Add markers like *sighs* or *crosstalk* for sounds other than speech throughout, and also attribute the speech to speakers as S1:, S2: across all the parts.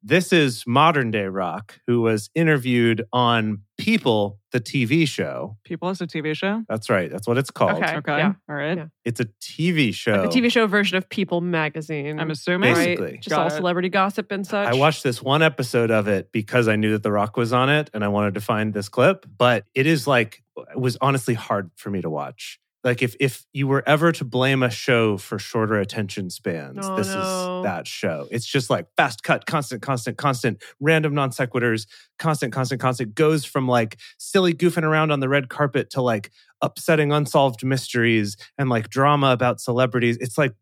S1: this is modern day Rock, who was interviewed on People, the TV show.
S2: People is a TV show.
S1: That's right. That's what it's called.
S3: Okay.
S2: Okay.
S3: yeah.
S2: All right.
S3: Yeah.
S1: It's a TV show.
S3: Like the TV show version of People magazine.
S2: I'm assuming.
S1: Basically.
S3: right? Just
S2: Got
S3: all
S2: it.
S3: celebrity gossip and such.
S1: I watched this one episode of it because I knew that The Rock was on it and I wanted to find this clip, but it is like it was honestly hard for me to watch. Like if if you were ever to blame a show for shorter attention spans,
S3: Oh,
S1: this
S3: no.
S1: is that show. It's just like fast cut, constant, constant, constant, random non sequiturs, constant, constant, constant. Goes from like silly goofing around on the red carpet to like upsetting unsolved mysteries and like drama about celebrities. It's like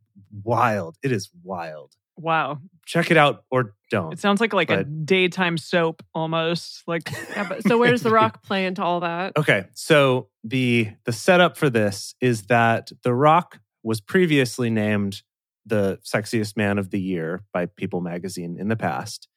S1: wild. It is wild.
S2: Wow.
S1: Check it out or don't.
S2: It sounds like like a
S1: But-
S2: daytime soap almost. Like
S3: Yeah, but, so
S1: *laughs*
S3: where does The Rock play into all that?
S1: Okay, so the the setup for this is that The Rock was previously named the sexiest man of the year by People magazine in the past,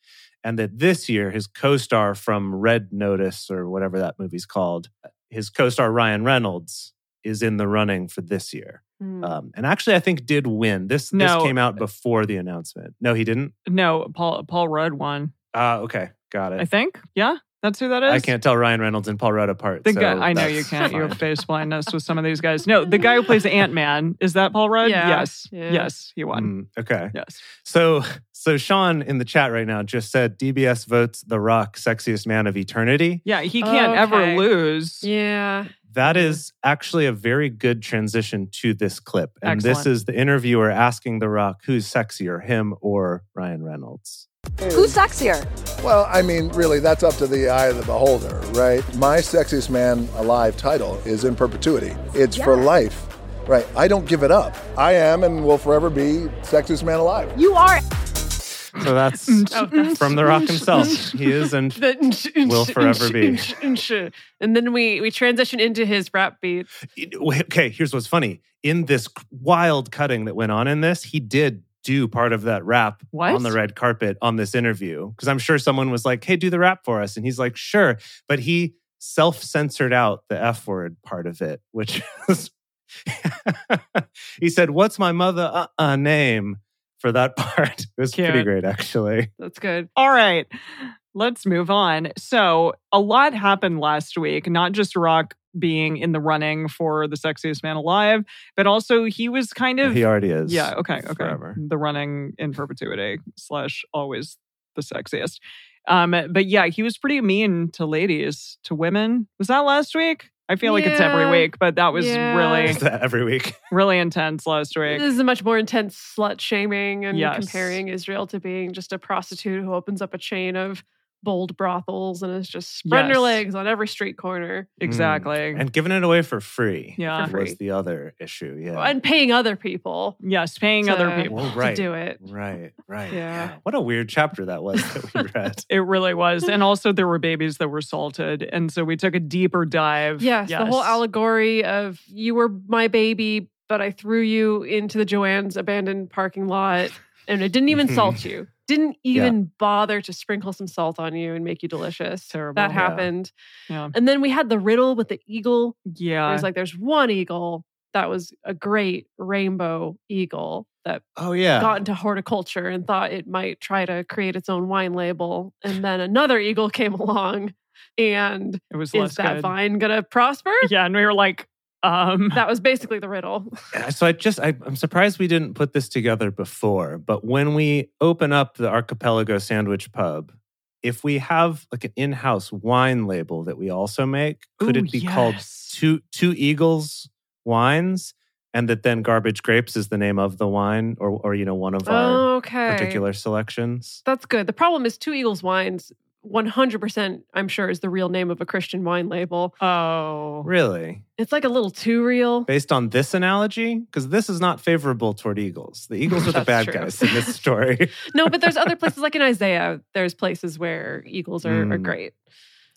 S1: and that this year his co-star from Red Notice or whatever that movie's called, his co-star Ryan Reynolds is in the running for this year.
S3: Hmm.
S1: Um, and actually, I think did win. This
S2: No.
S1: this came out before the announcement. No, he didn't.
S2: no, Paul Paul Rudd won.
S1: Uh, okay, got it.
S2: I think. Yeah. That's who that is.
S1: I can't tell Ryan Reynolds and Paul Rudd apart.
S2: The
S1: so
S2: guy, I know you
S1: that's
S2: can't. You
S1: fine.
S2: have face blindness with some of these guys. No, the guy who
S1: *laughs*
S2: plays Ant Man is that Paul Rudd?
S3: Yeah.
S2: Yes,
S3: Yeah.
S2: yes, he won.
S1: Mm, okay.
S2: Yes,
S1: So, so Sean in the chat right now just said DBS votes The Rock sexiest man of eternity.
S2: yeah, he can't ever
S3: Okay.
S2: lose.
S3: Yeah.
S1: *laughs* That is actually a very good transition to this clip. And this
S2: Excellent.
S1: is the interviewer asking The Rock who's sexier, him or Ryan Reynolds.
S4: Who's sexier?
S5: Well, I mean, really, that's up to the eye of the beholder, right? My Sexiest Man Alive title is in perpetuity, it's for life. Right, I don't give it up. I am and will forever be sexiest man alive.
S4: You are.
S1: So that's from The Rock himself. He is and
S3: The-
S1: Will forever be.
S3: And then we we transition into his rap beat.
S1: okay, here's what's funny. In this wild cutting that went on in this, he did do part of that rap
S2: What?
S1: on the red carpet on this interview because I'm sure someone was like, "Hey, do the rap for us," and he's like, "Sure," but he self-censored out the F word part of it, which *laughs* is he said, "What's my mother uh, uh, name?" For that *laughs* part, it was pretty
S2: Cute.
S1: great actually.
S3: That's good.
S2: All right, let's move on. So a lot happened last week. Not just Rock being in the running for the sexiest man alive, but also he was kind of
S1: He already is.
S2: yeah, okay, okay.
S1: Forever.
S2: The running in perpetuity slash always the sexiest. Um, but yeah, he was pretty mean to ladies, to women. Was that last week? I feel like it's every
S3: Yeah.
S2: week, but that was
S3: Yeah. Mm.
S2: really,
S1: Is that every
S2: *laughs*
S1: week?
S2: really intense last week.
S3: This is a much more intense slut shaming and
S2: Yes.
S3: comparing Israel to being just a prostitute who opens up a chain of bold brothels and is just spreading her
S2: Yes.
S3: legs on every street corner
S2: Exactly.
S1: And giving it away for free.
S2: Yeah.
S3: For free.
S1: Was the other issue. Yeah.
S3: and paying other people
S2: yes, paying other
S3: to-
S2: people.
S1: Well, right.
S3: to do it.
S1: Right, right.
S3: Yeah.
S1: What a weird chapter that was that
S2: *laughs*
S1: we read.
S2: It really was.
S3: *laughs*
S2: And also, there were babies that were salted. And so we took a deeper dive.
S3: Yes, the whole allegory of you were my baby, but I threw you into the Joanne's abandoned parking lot and I didn't
S2: Mm-hmm.
S3: even salt you. Didn't
S1: Yeah.
S3: even bother to sprinkle some salt on you and make you delicious.
S2: Terrible.
S3: That
S2: Yeah.
S3: happened.
S2: Yeah.
S3: And then we had the riddle with the eagle.
S2: Yeah.
S3: It was like there's one eagle that was a great rainbow eagle that
S1: Oh yeah.
S3: got into horticulture and thought it might try to create its own wine label. And then another eagle came along and
S2: it was
S3: is
S2: less
S3: that
S2: good.
S3: vine gonna prosper?
S2: Yeah. And we were like, um,
S3: That was basically the riddle.
S1: Yeah, So I just I, I'm surprised we didn't put this together before. But when we open up the Archipelago Sandwich Pub, if we have like an in-house wine label that we also make, could
S2: Ooh,
S1: it be called
S2: yes.
S1: Two Two Eagles Wines? And that then Garbage Grapes is the name of the wine, or or you know one of our
S3: okay.
S1: particular selections.
S3: That's good. The problem is Two Eagles Wines, 100%, I'm sure, is the real name of a Christian wine label.
S2: oh,
S1: Really,
S3: It's like a little too real.
S1: based on this analogy, because this is not favorable toward eagles. The eagles are the
S3: That's
S1: bad
S3: true.
S1: guys in this story.
S3: No, but
S1: *laughs*
S3: there's other places, like in Isaiah, there's places where eagles are, are
S1: Mm.
S3: great.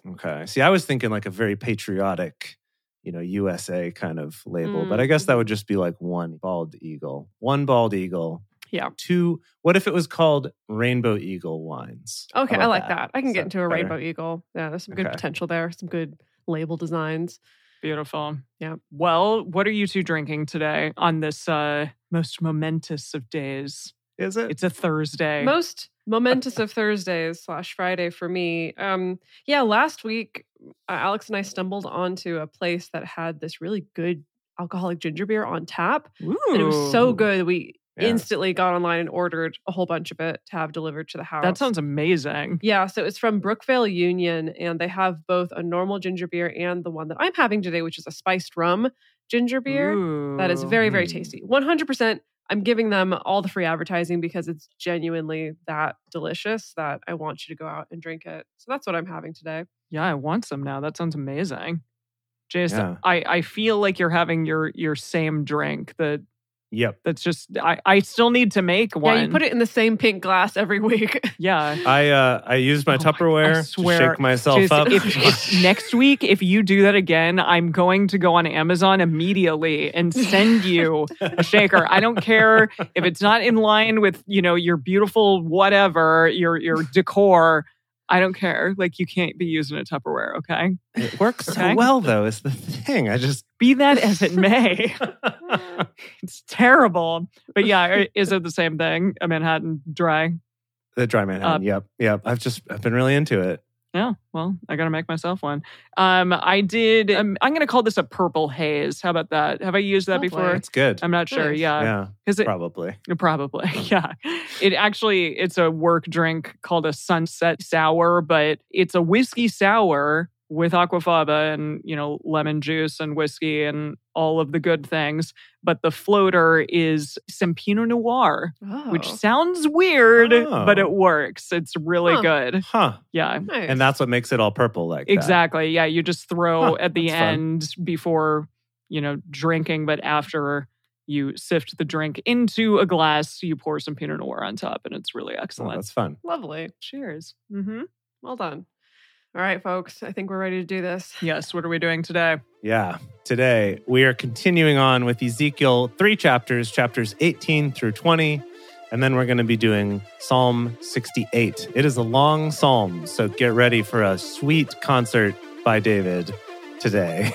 S1: Okay. See, I was thinking like a very patriotic, you know, USA kind of label, but I guess
S2: Mm.
S1: that would just be like one bald eagle, one bald eagle.
S3: Yeah.
S1: Two. What if it was called Rainbow Eagle Wines? How
S3: Okay, I
S1: about
S3: like that. I can
S1: Is
S3: get
S1: that
S3: into
S1: better?
S3: a rainbow eagle. Yeah, there's some good
S1: Okay.
S3: potential there, some good label designs.
S2: beautiful.
S3: Yeah.
S2: Well, what are you two drinking today on this uh, most momentous of days?
S1: Is it?
S2: It's a Thursday.
S3: Uh, Most
S2: *laughs*
S3: momentous of Thursdays slash Friday for me. Um, yeah, last week uh, Alex and I stumbled onto a place that had this really good alcoholic ginger beer on tap,
S2: Ooh.
S3: and it was so good that we
S1: Yeah.
S3: instantly got online and ordered a whole bunch of it to have delivered to the house.
S2: That sounds amazing.
S3: Yeah, so it's from Brookvale Union, and they have both a normal ginger beer and the one that I'm having today, which is a spiced rum ginger beer. That is
S2: Ooh.
S3: very, very
S1: Mm.
S3: tasty. 100%. I'm giving them all the free advertising because it's genuinely that delicious that I want you to go out and drink it. So that's what I'm having today.
S2: Yeah, I want some now. That sounds amazing. Jason,
S1: Yeah.
S2: I, I feel like you're having your your same drink that
S1: Yep.
S2: that's just I, I still need to make one.
S3: Yeah, you put it in the same pink glass every week. *laughs*
S2: Yeah.
S1: I uh I used my
S2: Oh my- I
S1: Tupperware to
S2: swear,
S1: shake myself
S2: Jason,
S1: up. *laughs*
S2: if, *laughs* if next week if you do that again, I'm going to go on Amazon immediately and send you a shaker. I don't care if it's not in line with, you know, your beautiful whatever, your your decor. I don't care. Like you can't be using a Tupperware, okay?
S1: it works
S2: Okay.
S1: so well though, is the thing. I just
S2: Be that as it may. It's terrible. But yeah, is it the same thing? A Manhattan dry?
S1: *laughs* the dry Manhattan.
S2: Up.
S1: Yep. Yep. I've just I've been really into it.
S2: Yeah, Oh, well, I gotta make myself one. Um, I did. Um, I'm gonna call this a purple haze. How about that? Have I used that
S3: Lovely.
S2: before?
S1: It's good.
S2: I'm not sure.
S3: Nice.
S2: Yeah,
S1: yeah.
S2: because *laughs*
S1: Probably.
S2: it probably. Yeah, it actually it's a work drink called a sunset sour, but it's a whiskey sour with aquafaba and you know lemon juice and whiskey and all of the good things. But the floater is some Pinot Noir, which
S3: Oh,
S2: sounds weird,
S1: Oh.
S2: but it works. It's really
S3: Huh.
S2: good.
S1: Huh.
S2: Yeah.
S3: nice.
S1: And that's what makes it all purple like that.
S2: Exactly. Yeah, you just throw
S1: Huh,
S2: at the
S1: that's fun.
S2: end before, you know, drinking, but after you sift the drink into a glass, you pour some Pinot Noir on top, and it's really
S1: Oh,
S2: excellent.
S1: that's fun.
S3: lovely.
S2: Cheers. hmm
S3: Well done. All right, folks. I think we're ready to do this.
S2: Yes. What are we doing today?
S1: Yeah. Today, we are continuing on with Ezekiel, three chapters, chapters 18 through 20. And then we're going to be doing Psalm 68. It is a long psalm, so get ready for a sweet concert by David
S3: *laughs*
S1: today.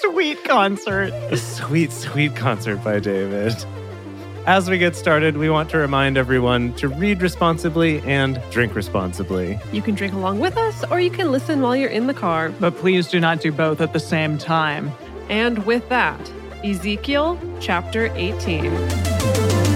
S2: Sweet concert.
S1: a sweet, sweet concert by David. As we get started, we want to remind everyone to read responsibly and drink responsibly.
S3: You can drink along with us, or you can listen while you're in the car.
S2: But please do not do both at the same time.
S3: And with that, Ezekiel chapter 18.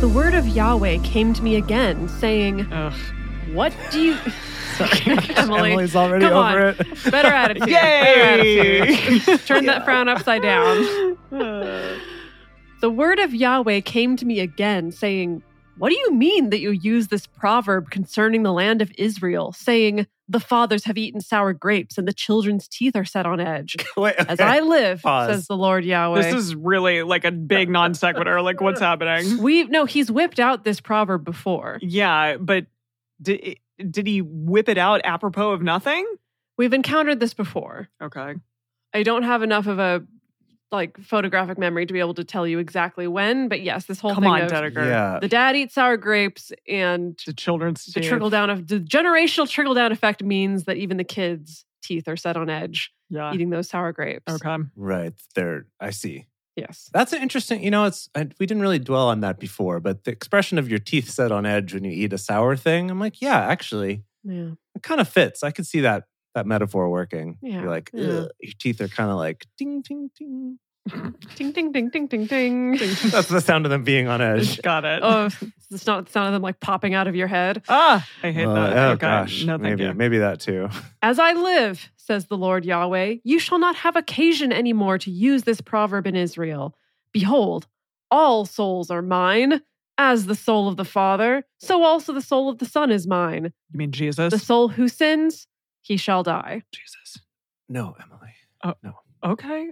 S3: The word of Yahweh came to me again,
S2: *laughs*
S3: saying,
S2: Ugh.
S3: What
S1: *laughs*
S3: do you. Sorry, Emily.
S1: Emily's already
S3: Come on.
S1: over it. *laughs*
S3: Better attitude. Better
S2: Yay! *laughs*
S3: attitude. Turn that frown upside down.
S2: *sighs* Uh,
S3: The word of Yahweh came to me again, saying, What do you mean that you use this proverb concerning the land of Israel, saying, The fathers have eaten sour grapes and the children's teeth are set
S1: *laughs*
S3: on edge?
S1: Wait,
S3: As
S1: okay.
S3: I live,
S1: Pause.
S3: says the Lord Yahweh.
S2: this is really like a big non sequitur. Like, what's happening?
S3: we no, he's whipped out this proverb before.
S2: *laughs* Yeah, but did, did he whip it out apropos of nothing?
S3: We've encountered this before.
S2: Okay.
S3: I don't have enough of a like photographic memory to be able to tell you exactly when, but yes, this whole
S2: Come
S3: thing
S2: on,
S3: of
S2: Dedeker.
S1: yeah.
S3: the dad eats sour grapes and
S2: The children's
S3: the
S2: teeth.
S3: trickle down of the generational trickle down effect means that even the kids' teeth are set on edge
S2: Yeah. Oh,
S3: eating those sour grapes.
S2: Uh. Okay.
S1: Right there, I see.
S3: Yes.
S1: That's an interesting. You know, it's I, we didn't really dwell on that before, but the expression of your teeth set on edge when you eat a sour thing, I'm like, yeah, actually,
S3: Yeah.
S1: it kind of fits. I could see that that metaphor working.
S3: Yeah,
S1: You're like,
S3: yeah.
S1: "Ugh," your teeth are kind of like ding, ding, ding.
S3: Ding ding ding ding ding ding.
S1: *laughs* That's the sound of them being on edge.
S2: *laughs* Got it.
S3: oh, it's not the sound of them like popping out of your head.
S2: ah, I hate
S1: Oh,
S2: that.
S1: oh,
S2: okay.
S1: gosh,
S2: No, thank
S1: maybe
S2: you.
S1: maybe that too.
S3: As I live, says the Lord Yahweh, you shall not have occasion any more to use this proverb in Israel. Behold, all souls are mine. As the soul of the Father, so also the soul of the Son is mine.
S2: You mean Jesus?
S3: The soul who sins, he shall die.
S2: Jesus.
S1: No, Emily.
S2: Okay.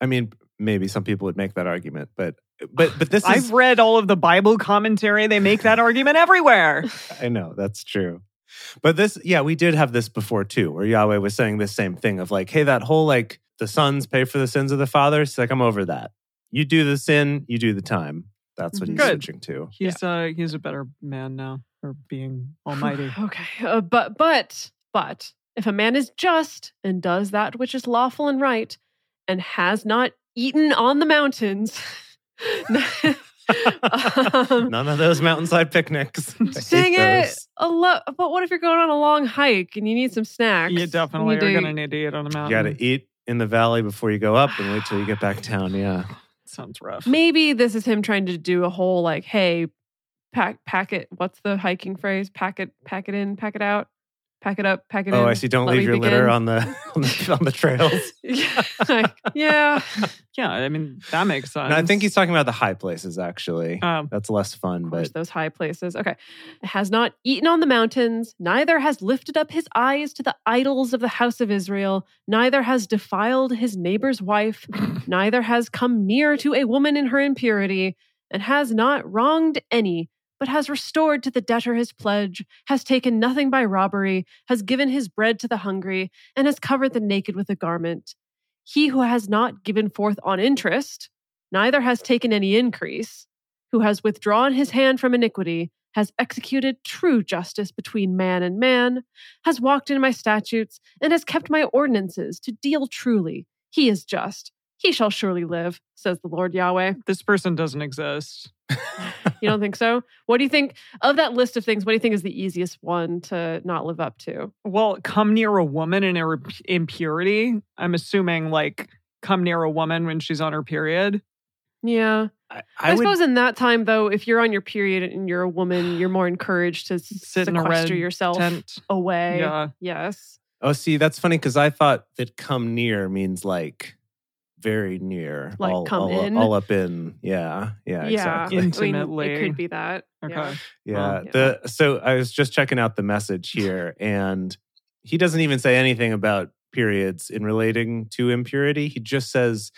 S1: I mean, maybe some people would make that argument, but but but this
S2: I've
S1: is
S2: read all of the Bible commentary. They make
S3: *laughs*
S2: that argument everywhere.
S1: I know that's true. But this, yeah, we did have this before too, where Yahweh was saying this same thing of like, hey, that whole like the sons pay for the sins of the fathers. It's like I'm over that. You do the sin, you do the time. That's what he's
S3: Mm-hmm.
S2: Good.
S1: switching to.
S2: He's uh he's a better man now for being
S3: *sighs*
S2: almighty.
S3: Okay, uh, but but but if a man is just and does that which is lawful and right, and has not eaten on the mountains, *laughs* um,
S1: None of those mountain-side
S3: *laughs*
S1: picnics. I hate
S3: sing it
S1: those.
S3: a lo- But what if you're going on a long hike and you need some snacks?
S2: you definitely
S3: You
S2: are
S3: do-
S2: gonna need to eat on the
S1: You
S2: mountain.
S3: Um,
S1: gotta eat in the valley before you go up and wait till you get back down. Yeah.
S2: Sounds rough.
S3: Maybe this is him trying to do a whole like, hey, pack pack it. What's the hiking phrase? Pack it, pack it in, pack it out, pack it up, pack it in.
S1: Oh, I see. Don't
S3: let
S1: leave
S3: me
S1: your litter
S3: begin.
S1: on the *laughs* on the,
S3: *laughs*
S1: on the trails.
S3: Like, yeah.
S2: Yeah, I mean that makes sense.
S1: And I think he's talking about the high places actually.
S2: um,
S1: That's less fun,
S3: Uh, Of course,
S1: but
S3: those high places. Okay. Has not eaten on the mountains, neither has lifted up his eyes to the idols of the house of Israel, neither has defiled his neighbor's
S1: *laughs*
S3: wife, neither has come near to a woman in her impurity, and has not wronged any, but has restored to the debtor his pledge, has taken nothing by robbery, has given his bread to the hungry, and has covered the naked with a garment. He who has not given forth on interest, neither has taken any increase who has withdrawn his hand from iniquity, has executed true justice between man and man, has walked in my statutes, and has kept my ordinances to deal truly. He is just. He shall surely live, says the Lord Yahweh.
S2: this person doesn't exist.
S3: You don't
S2: *laughs*
S3: think so? What do you think of that list of things? What do you think is the easiest one to not live up to?
S2: Well, come near a woman in her impurity. I'm assuming like come near a woman when she's on her period.
S3: Yeah.
S1: I,
S3: I,
S1: I would
S3: suppose in that time, though, if you're on your period and you're a woman, you're more encouraged to
S2: Sit in a red
S3: sequester yourself
S2: Tent.
S3: away.
S2: Yeah.
S3: Yes.
S1: Oh, see, that's funny because I thought that come near means like very near,
S3: Like
S1: all,
S3: come
S1: all, uh,
S3: in?
S1: all up in. Yeah, yeah,
S3: Yeah.
S1: exactly.
S3: I mean,
S2: Intimately.
S3: it could be that.
S2: Okay.
S3: Yeah.
S1: yeah.
S3: Yeah.
S1: The so I was just checking out the message here, and he doesn't even say anything about periods in relating to impurity. He just says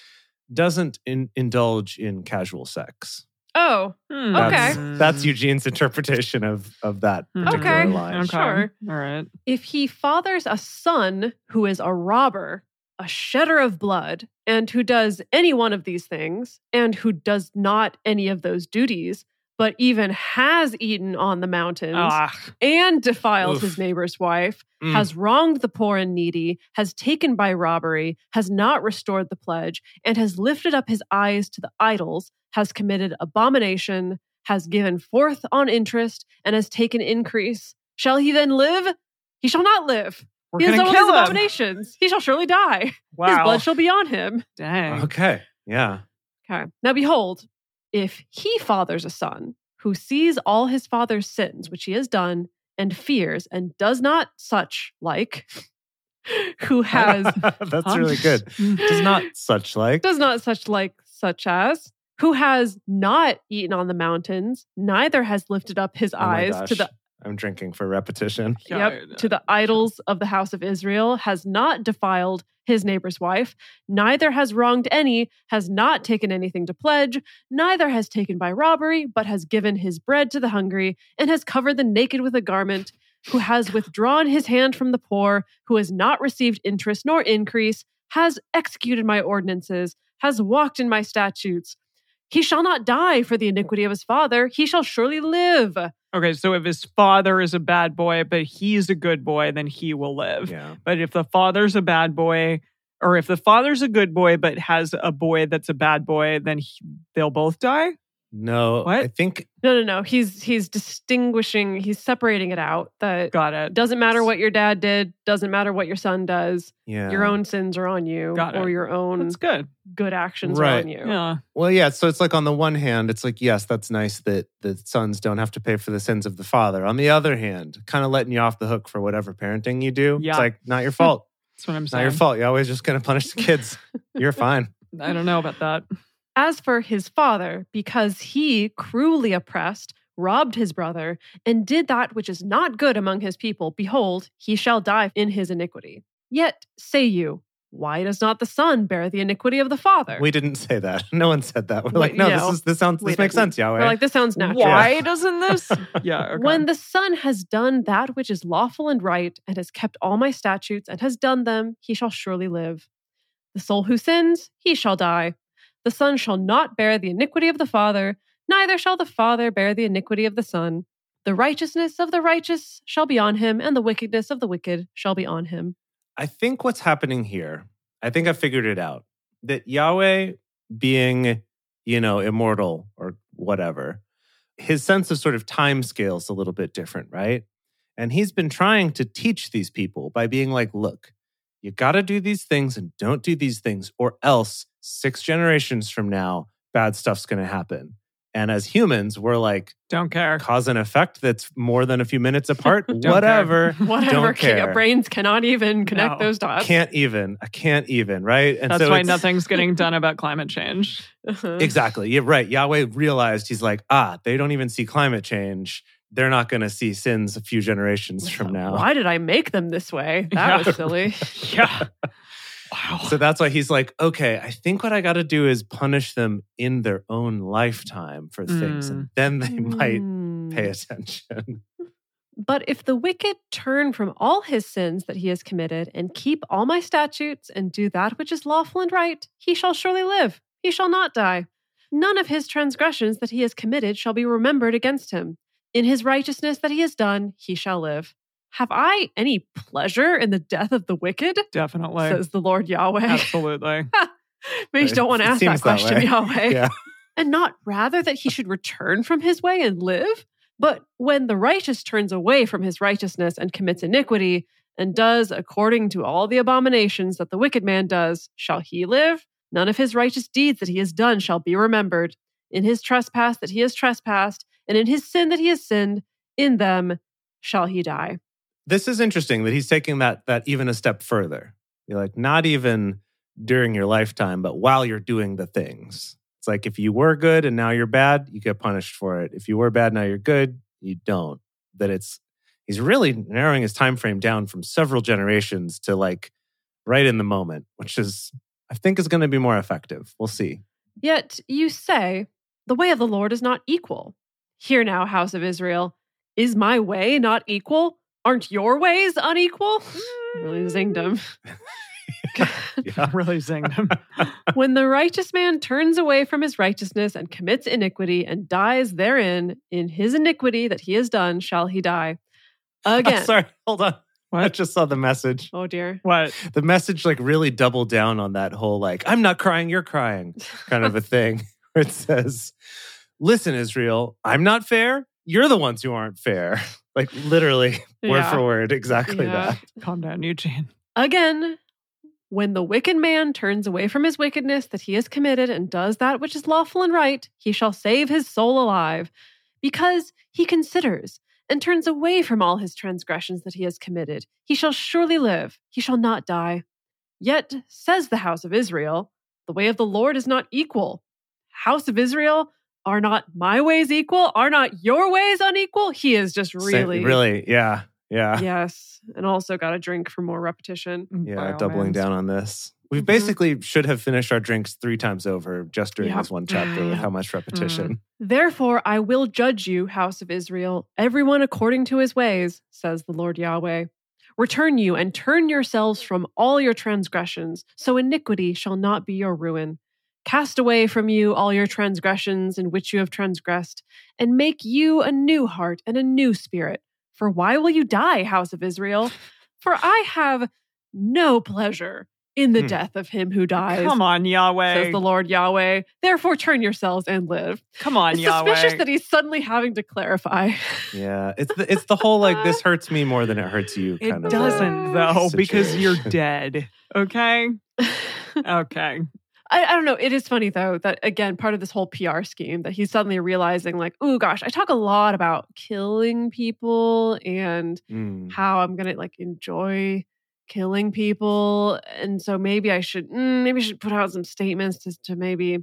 S1: doesn't in, indulge in casual sex.
S3: Oh,
S2: Hmm.
S1: That's,
S3: Okay.
S1: that's Eugene's *laughs* interpretation of of that
S2: Hmm.
S1: particular
S3: Okay.
S1: line.
S2: Okay.
S3: Sure.
S2: All right.
S3: if he fathers a son who is a robber, a shedder of blood, and who does any one of these things, and who does not any of those duties, but even has eaten on the mountains
S2: Ah,
S3: and defiles
S1: Oof.
S3: his neighbor's wife,
S1: Mm.
S3: has wronged the poor and needy, has taken by robbery, has not restored the pledge, and has lifted up his eyes to the idols, has committed abomination, has given forth on interest, and has taken increase. Shall he then live? He shall not live.
S2: we're
S3: He has
S2: gonna
S3: done all these
S2: kill him.
S3: abominations. He shall surely die. His
S2: Wow.
S3: blood shall be on him.
S2: Dang.
S1: Okay. Yeah.
S3: Okay. Now behold, if he fathers a son who sees all his father's sins, which he has done, and fears, and does not such like, *laughs* who has
S1: *laughs* That's really
S3: *laughs*
S1: good. Does not such like.
S3: does not such like such as who has not eaten on the mountains, neither has lifted up his
S1: Oh my
S3: eyes to
S1: gosh.
S3: the
S1: I'm drinking for *laughs* repetition.
S3: Yep, to the idols of the house of Israel, has not defiled his neighbor's wife, neither has wronged any, has not taken anything to pledge, neither has taken by robbery, but has given his bread to the hungry, and has covered the naked with a garment, who has withdrawn his hand from the poor, who has not received interest nor increase, has executed my ordinances, has walked in my statutes. He shall not die for the iniquity of his father, he shall surely live.
S2: Okay, so if his father is a bad boy, but he's a good boy, then he will live.
S1: Yeah.
S2: But if the father's a bad boy, or if the father's a good boy but has a boy that's a bad boy, then he, they'll both die.
S1: No.
S2: What?
S1: I think
S3: No, no, no. He's he's distinguishing. He's separating it out. That
S2: Got it.
S3: doesn't matter what your dad did. Doesn't matter what your son does.
S1: yeah.
S3: Your own sins are on you,
S2: Got
S3: or
S2: it.
S3: your own
S2: That's good.
S3: good actions are
S1: Right.
S3: on you.
S2: Yeah.
S1: Well, yeah. So it's like on the one hand, it's like, yes, that's nice that the sons don't have to pay for the sins of the father. On the other hand, kind of letting you off the hook for whatever parenting you do.
S2: Yeah.
S1: It's like, not your fault.
S2: That's what I'm
S1: It's not
S2: saying.
S1: your fault. You're always just going to punish the kids. You're fine.
S2: I don't know
S1: *laughs*
S2: about that.
S3: As for his father, because he cruelly oppressed, robbed his brother, and did that which is not good among his people, behold, he shall die in his iniquity. Yet say you, why does not the son bear the iniquity of the father?
S1: We didn't say that. *laughs* No one said that. We're
S3: We-
S1: like, no,
S3: no.
S1: this is this sounds
S3: We
S1: this makes
S3: didn't.
S1: sense, Yahweh.
S3: We're
S2: eh?
S3: like, this sounds natural.
S2: Why
S1: *laughs*
S2: doesn't this? yeah. Okay.
S3: When the son has done that which is lawful and right, and has kept all my statutes, and has done them, he shall surely live. The soul who sins, he shall die. The son shall not bear the iniquity of the father, neither shall the father bear the iniquity of the son. The righteousness of the righteous shall be on him, and the wickedness of the wicked shall be on him. *laughs*
S1: I think what's happening here, I think I figured it out. That Yahweh being, you know, immortal or whatever, his sense of sort of time scale is a little bit different, right? And he's been trying to teach these people by being like, look, you got to do these things and don't do these things, or else six generations from now, bad stuff's going to happen. And as humans, we're like,
S2: don't care.
S1: cause and effect that's more than a few
S2: *laughs*
S1: minutes apart,
S2: care.
S1: whatever.
S3: Whatever,
S1: Don't care.
S3: brains cannot even connect
S2: No.
S3: those dots.
S1: can't even. I can't even, right? And
S2: That's why
S1: it's- *laughs*
S2: nothing's getting done about climate change.
S3: Uh-huh.
S1: Exactly. Yeah, right. Yahweh realized he's like, ah, they don't even see climate change. They're not going to see sins a few generations from now.
S3: Why did I make them this
S1: *laughs*
S3: way? That
S2: Yeah.
S3: was silly.
S2: yeah. Wow.
S1: So that's why he's like, okay, I think what I got to do is punish them in their own lifetime for things, and then they *laughs* might
S3: Hmm.
S1: pay attention.
S3: But if the wicked turn from all his sins that he has committed and keep all my statutes and do that which is lawful and right, he shall surely live. He shall not die. None of his transgressions that he has committed shall be remembered against him. In his righteousness that he has done, he shall live. Have I any pleasure in the death of the wicked?
S2: Definitely.
S3: says the Lord Yahweh. *laughs*
S2: Absolutely.
S3: But you don't want
S1: It
S3: to ask that
S1: seems that
S3: question, *laughs*
S1: way.
S3: Yahweh.
S1: Yeah.
S3: And not rather that he should return from his way and live? But when the righteous turns away from his righteousness and commits iniquity and does according to all the abominations that the wicked man does, shall he live? None of his righteous deeds that he has done shall be remembered. In his trespass that he has trespassed, and in his sin that he has sinned, in them shall he die.
S1: this is interesting that he's taking that that even a step further. You're like not even during your lifetime, but while you're doing the things. It's like if you were good and now you're bad, you get punished for it. If you were bad now you're good, you don't. That it's he's really narrowing his time frame down from several generations to like right in the moment, which is I think is going to be more effective. We'll see. *laughs*
S3: Yet you say, The way of the Lord is not equal. Hear now, house of Israel, is my way not equal? Aren't your ways unequal? Really zinged him.
S1: Yeah.
S2: I'm really zinged him.
S3: *laughs* when the righteous man turns away from his righteousness and commits iniquity and dies therein, in his iniquity that he has done shall he die. Again.
S1: Sorry, hold on. I
S2: What?
S1: just saw the message.
S3: Oh dear.
S2: *laughs* What?
S1: The message like really doubled down on that whole like I'm not crying, you're crying kind of a thing. Where it says, "Listen, Israel, I'm not fair. You're the ones who aren't fair." *laughs* Like literally, *laughs* word
S3: Yeah.
S1: for word, exactly
S3: Yeah.
S1: that.
S2: Calm down, Eugene.
S3: Again, when the wicked man turns away from his wickedness that he has committed and does that which is lawful and right, he shall save his soul alive, because he considers and turns away from all his transgressions that he has committed. He shall surely live, he shall not die. Yet, says the house of Israel, the way of the Lord is not equal. House of Israel, are not my ways equal? Are not your ways unequal? He is just
S1: Same-
S3: really,
S1: really, yeah, yeah, yeah.
S3: yes. And also got a drink for more repetition.
S2: By all
S1: doubling
S2: means.
S1: down on this. We
S3: Mhm.
S1: basically should have finished our drinks three times over just during
S3: Yeah.
S1: this one chapter with how much repetition.
S3: Therefore, I will judge you, house of Israel, everyone according to his ways, says the Lord Yahweh. Return you and turn yourselves from all your transgressions, so iniquity shall not be your ruin. Cast away from you all your transgressions in which you have transgressed, and make you a new heart and a new spirit. For why will you die, house of Israel? For I have no pleasure in the
S1: Hmm.
S3: death of him who dies,
S2: Come on, Yahweh.
S3: says the Lord Yahweh. Therefore, turn yourselves and live
S2: Come on,
S3: it's
S2: Yahweh.
S3: suspicious that he's suddenly having to clarify. *laughs*
S1: Yeah, it's the, it's the whole like this hurts me more than it hurts you.
S2: it
S1: kind of
S2: doesn't though, because you're
S1: *laughs* situation.
S2: dead. Okay.
S3: I,
S2: Okay.
S3: I don't know. It is funny though that again, part of this whole PR scheme that he's suddenly realizing, like, oh gosh, I talk a lot about killing people and
S1: Mm.
S3: how I'm gonna like enjoy killing people, and so maybe I should, mm, maybe I should put out some statements to, to maybe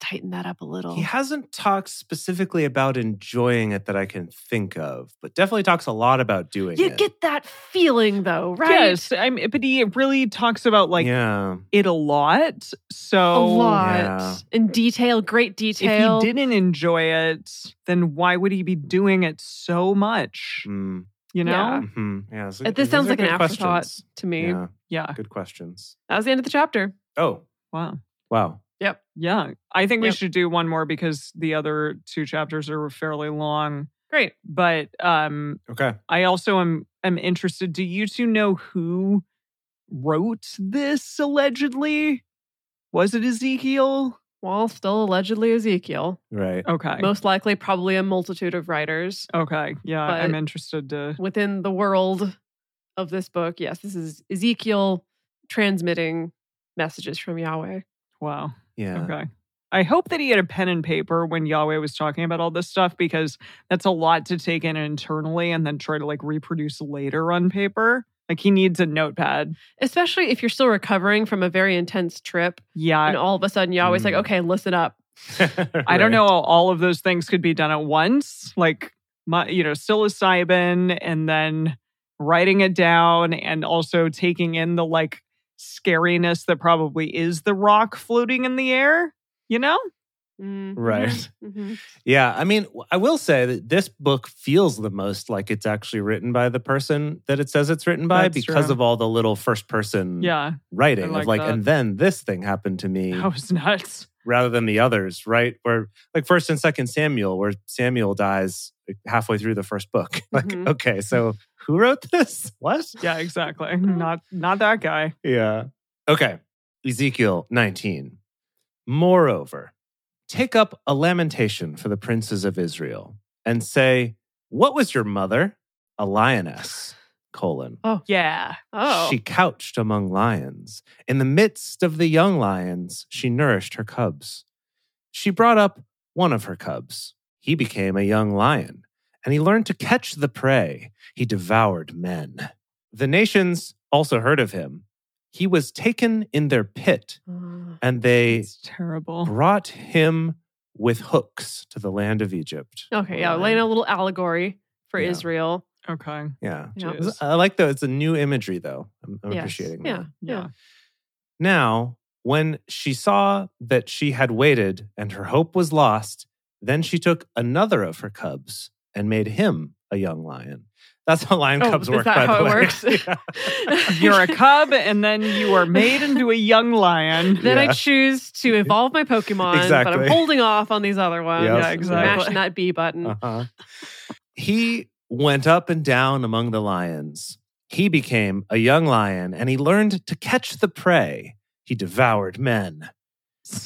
S3: tighten that up a little.
S1: He hasn't talked specifically about enjoying it that I can think of, but definitely talks a lot about doing
S3: You
S1: it.
S3: get that feeling though, right?
S2: Yes. I mean, but he really talks about like
S1: yeah,
S2: it a lot.
S3: A
S2: So
S3: lot
S1: yeah.
S3: in detail, great detail.
S2: If he didn't enjoy it, then why would he be doing it so much?
S1: Mm.
S2: You know?
S1: Mhm. yeah. so
S3: Uh,
S1: these
S3: this sounds
S1: are
S3: like an
S1: good
S3: afterthought
S1: questions.
S3: to me.
S1: Yeah,
S2: Yeah.
S1: good questions.
S3: That was the end of the chapter.
S1: Oh,
S2: Wow.
S1: wow.
S2: Yeah. I think we
S3: Yep.
S2: should do one more because the other two chapters are fairly long.
S3: Great.
S2: But um
S1: Okay.
S2: I also am am interested. Do you two know who wrote this allegedly? Was it Ezekiel?
S3: While still allegedly Ezekiel,
S1: Right.
S2: Okay.
S3: most likely probably a multitude
S1: *laughs*
S3: of writers
S2: okay. Yeah,
S3: But-
S2: I'm interested to
S3: within the world of this book. Yes, this is Ezekiel transmitting messages from Yahweh.
S2: Wow.
S1: Yeah.
S2: Okay. I hope that he had a pen and paper when Yahweh was talking about all this stuff because that's a lot to take in internally and then try to like reproduce later on paper. Like he needs a notepad.
S3: Especially if you're still recovering from a very intense trip
S2: Yeah.
S3: and all of a sudden Yahweh's like,
S1: Mm.
S3: okay, listen up.
S1: *laughs*
S2: I don't
S1: Right.
S2: know how all of those things could be done at once, like my, you know, psilocybin and then writing it down and also taking in the like scariness that probably is the rock floating in the air, you know?
S3: Mhm,
S1: Right. *laughs*
S3: mhm.
S1: Yeah, I mean, I will say that this book feels the most like it's actually written by the person that it says it's written by
S2: That's
S1: because
S2: true.
S1: of all the little first person
S2: Yeah. *laughs* I
S1: writing
S2: like
S1: of like,
S2: that.
S1: and then this thing happened to me
S2: That was nuts.
S1: rather than the others, right? Where like first and second Samuel, where Samuel dies halfway through the first book. *laughs* like,
S3: Mhm.
S1: okay, so who wrote this? *laughs* What? *laughs*
S2: Yeah, exactly. not not that guy.
S1: Yeah. Okay. Ezekiel 19. Moreover, take up a lamentation for the princes of Israel and say, What was your mother? A lioness, colon.
S2: Yeah.
S3: Oh.
S1: She couched among lions. In the midst of the young lions, she nourished her cubs. She brought up one of her cubs. He became a young lion, and he learned to catch the prey. He devoured men. The nations also heard of him. He was taken in their pit,
S3: Uh,
S1: and they
S2: It's terrible.
S1: brought him with hooks to the land of Egypt.
S3: okay, yeah,
S1: Lion.
S3: laying a little allegory for
S1: Yeah.
S3: Israel.
S2: Okay.
S1: Yeah.
S3: Yeah.
S2: Jeez.
S1: I like though, it's a new imagery though. I'm, I'm
S3: Yes.
S1: Oh, appreciating that.
S3: Yeah.
S2: Yeah.
S1: Now, when she saw that she had waited and her hope was lost, then she took another of her cubs and made him a young lion. That's how lion
S3: Oh,
S1: cubs
S3: is
S1: work.
S3: that
S1: by
S3: how
S1: the
S3: it
S1: way.
S3: works?
S1: *laughs* Yeah. *laughs*
S2: *laughs*
S3: *laughs*
S2: You're a cub, and then you are made into a young *laughs* lion.
S3: Then
S1: Yeah.
S3: I choose
S1: *laughs*
S3: to evolve my Pokemon, but
S1: Exactly.
S3: I'm holding off on these other ones.
S1: Yes,
S2: Yeah, exactly.
S3: Mashing that B button.
S1: Uh-huh. He went up and down among the lions. He became a young lion and he learned to catch the prey. He devoured men.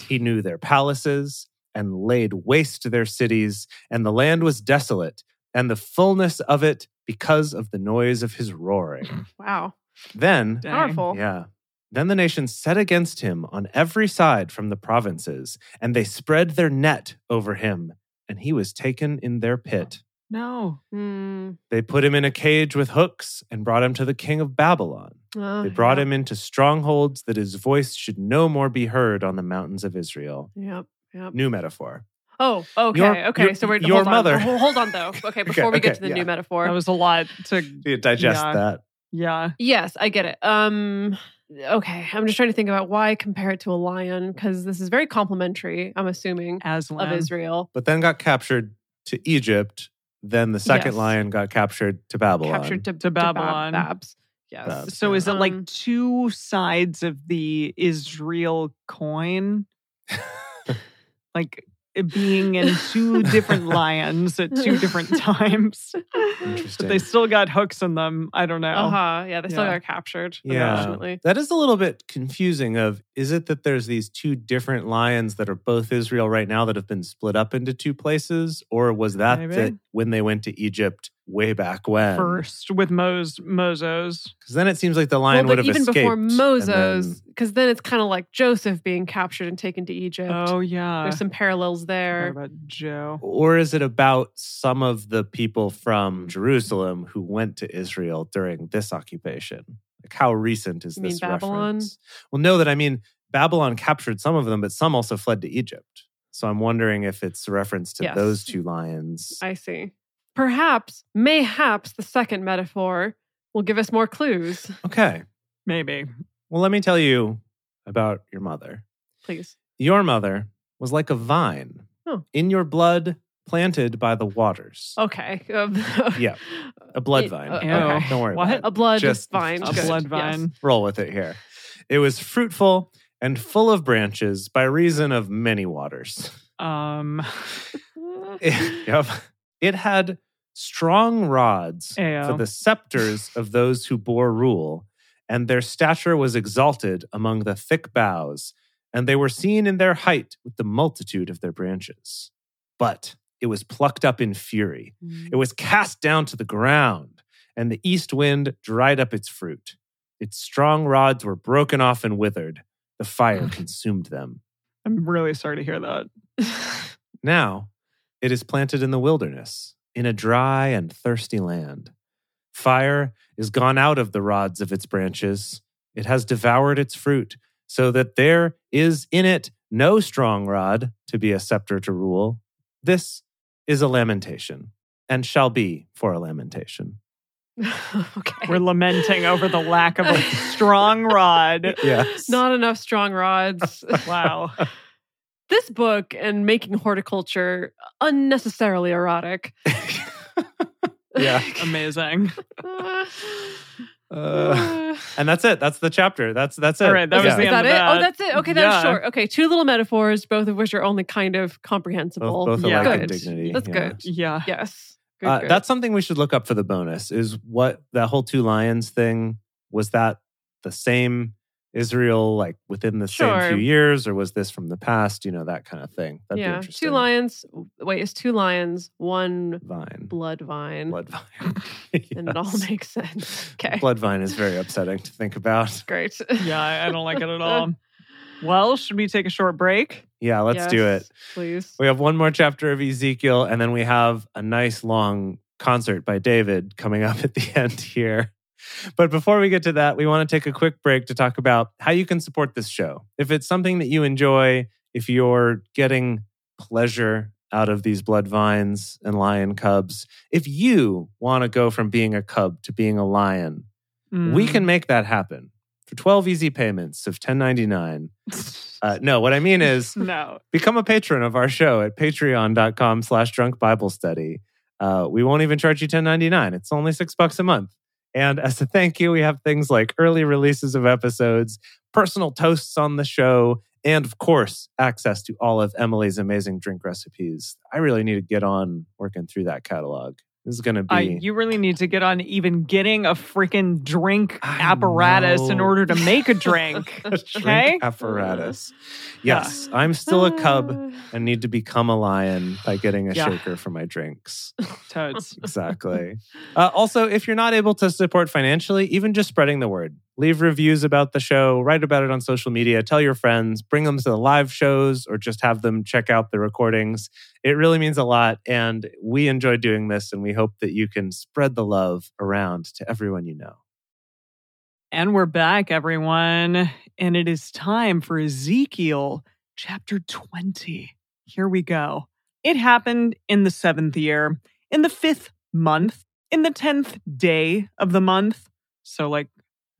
S1: He knew their palaces and laid waste their cities, and the land was desolate, and the fullness of it because of the noise of his roaring.
S3: Wow.
S1: then
S2: Dang.
S3: Powerful.
S1: yeah. Then the nation set against him on every side from the provinces, and they spread their net over him, and he was taken in their pit.
S2: No.
S3: Hmm.
S1: They put him in a cage with hooks and brought him to the king of Babylon.
S3: Oh,
S1: They brought
S3: yeah.
S1: him into strongholds that his voice should no more be heard on the mountains of Israel.
S3: Yep. Yep.
S1: New metaphor.
S3: Oh, okay.
S1: Your-
S3: okay.
S1: your-
S3: so we're
S1: your
S3: hold
S1: mother.
S3: On. Ho- Hold on though. Okay, before we
S1: *laughs* okay,
S3: get to the
S1: yeah.
S3: new metaphor.
S2: That was a lot to.
S1: You digest
S2: Yeah.
S1: that.
S2: Yeah.
S3: yes, I get it. Um okay. I'm just trying to think about why compare it to a lion, because this is very complimentary, I'm assuming,
S2: Aslan.
S3: of Israel.
S1: But then got captured to Egypt. Then the second
S3: Yes.
S1: lion got captured to Babylon.
S3: Captured to, to,
S2: Babylon.
S3: Babylon. Babs. Yes. *laughs*
S1: Babs.
S2: So is it
S3: Um,
S2: like two sides of the Israel *laughs* coin? like it being in two different lions at two *laughs* different times. but
S1: Interesting.
S2: they still got hooks in them. I don't know.
S3: Uh-huh. Yeah, they still
S2: Yeah.
S3: got captured,
S1: Yeah.
S3: unfortunately.
S1: That is a little bit confusing of is it that there's these two different lions that are both Israel right now that have been split up into two places or was that
S2: Maybe.
S1: the, when they went to Egypt way back when?
S2: First with Mos Mozos.
S1: Cuz then it seems like the lion
S3: well,
S1: would
S3: but
S1: have
S3: even
S1: escaped.
S3: before
S1: and
S3: Moses,
S1: then-
S3: because then, it's kind of like Joseph being captured and taken to Egypt.
S2: Oh yeah.
S3: There's some parallels
S2: Forgot
S3: there.
S2: about Joe.
S1: or is it about some of the people from Jerusalem who went to Israel during this occupation? Like how recent is
S3: You mean
S1: this
S3: Babylon?
S1: reference? Well, no, that I mean Babylon captured some of them, but some also fled to Egypt. So I'm wondering if it's a reference to
S3: Yes.
S1: those two lions.
S3: I see. Perhaps, mayhaps, the second metaphor will give us more clues.
S1: Okay.
S2: Maybe.
S1: Well, let me tell you about your mother.
S3: Please.
S1: Your mother was like a vine
S3: Oh.
S1: in your blood, planted by the waters.
S3: Okay. *laughs* Um,
S1: Yeah. A blood
S3: It-
S1: vine.
S3: uh,
S2: Ew.
S1: Okay, don't worry
S2: What?
S1: about it.
S3: A blood
S1: Just-
S3: vine.
S2: A
S1: Okay.
S3: Good.
S2: blood
S3: Yes.
S2: vine.
S1: Roll with it here. It was fruitful and full of branches by reason of many waters.
S3: *laughs*
S2: Um
S1: yep. It had strong rods
S2: Ew.
S1: for the scepters of those who bore rule, and their stature was exalted among the thick boughs, and they were seen in their height with the multitude of their branches. But it was plucked up in fury, it was cast down to the ground, and the east wind dried up its fruit. Its strong rods were broken off and withered, the fire consumed them.
S2: I'm really sorry to hear
S3: *laughs*
S2: that.
S1: Now it is planted in the wilderness, in a dry and thirsty land. Fire is gone out of the rods of its branches. It has devoured its fruit, so that there is in it no strong rod to be a scepter to rule. This is a lamentation, and shall be for a lamentation.
S3: okay.
S2: We're lamenting over the lack of a strong
S3: *laughs*
S2: rod.
S1: Yes.
S3: Not enough
S1: *laughs*
S3: strong rods. *laughs*
S2: Wow.
S3: this book and making horticulture unnecessarily erotic.
S1: *laughs*
S3: *laughs*
S1: Yeah.
S2: Amazing.
S3: *sighs* Uh,
S1: Uh, and that's it. That's the chapter. That's that's it.
S2: All right, that was
S1: Yeah.
S2: the
S3: Is
S2: end
S3: that
S2: of
S3: it?
S2: that.
S3: Oh, that's it. Okay, that was
S2: Yeah.
S3: short. Okay, two little metaphors, both of which are only kind of comprehensible.
S1: both, both
S2: Yeah.
S1: alike in
S3: Good.
S1: dignity.
S3: That's
S1: Yeah.
S3: good.
S2: Yeah.
S3: Yes. Good,
S1: Uh,
S3: good.
S1: That's something we should look up for the bonus. Is what that whole two lions thing was that the same Israel like within the
S3: Sure.
S1: same few years, or was this from the past? You know that kind of thing. That'd be
S3: yeah.
S1: interesting.
S3: Two lions. Wait, it's two lions, one
S1: vine,
S3: blood
S1: *laughs*
S3: vine.
S1: blood vine,
S3: And it all
S1: Yes.
S3: makes
S1: *laughs*
S3: sense. *laughs* Okay.
S1: Blood vine is very upsetting to think about.
S3: Great.
S2: Yeah,
S3: *laughs*
S2: I I don't like it at all. Well, should we take a short break?
S1: Yeah, let's do
S3: Yes,
S1: it.
S3: Please.
S1: We have one more chapter of Ezekiel, and then we have a nice long concert by David coming up *laughs* at the end here. But before we get to that, we want to take a quick break to talk about how you can support this show. If it's something that you enjoy, if you're getting pleasure out of these blood vines and lion cubs, if you want to go from being a cub to being a lion, we
S2: Mm.
S3: *laughs*
S1: can make that happen for 12 easy payments of 10.99. Uh, no, what I mean is
S2: no.
S1: become a patron of our show at patreon.com slash drunk bible study Uh, we won't even charge you ten ninety nine. It's only six bucks a month. And as a thank you, we have things like early releases of episodes, personal toasts on the show, and of course, access to all of Emily's amazing drink recipes. I really need to get on working through that catalog. This is going to be.
S2: I, you really need to get on even getting a freaking drink
S1: I
S2: apparatus in
S1: know.
S2: order to make
S3: *laughs*
S2: a drink.
S1: Drink
S2: okay?
S1: apparatus. Yes, I'm still a
S3: *sighs*
S1: cub and need to become a lion by getting a
S2: Yeah.
S1: shaker for my drinks.
S2: Toads.
S1: Exactly. uh, also, if you're not able to support financially, even just spreading the word, leave reviews about the show, write about it on social media, tell your friends, bring them to the live shows, or just have them check out the recordings. It really means a lot. And we enjoy doing this, and we hope that you can spread the love around to everyone you know.
S2: And we're back, everyone. And it is time for Ezekiel chapter 20. Here we go. It happened in the seventh year, in the fifth month, in the tenth day of the month. So, like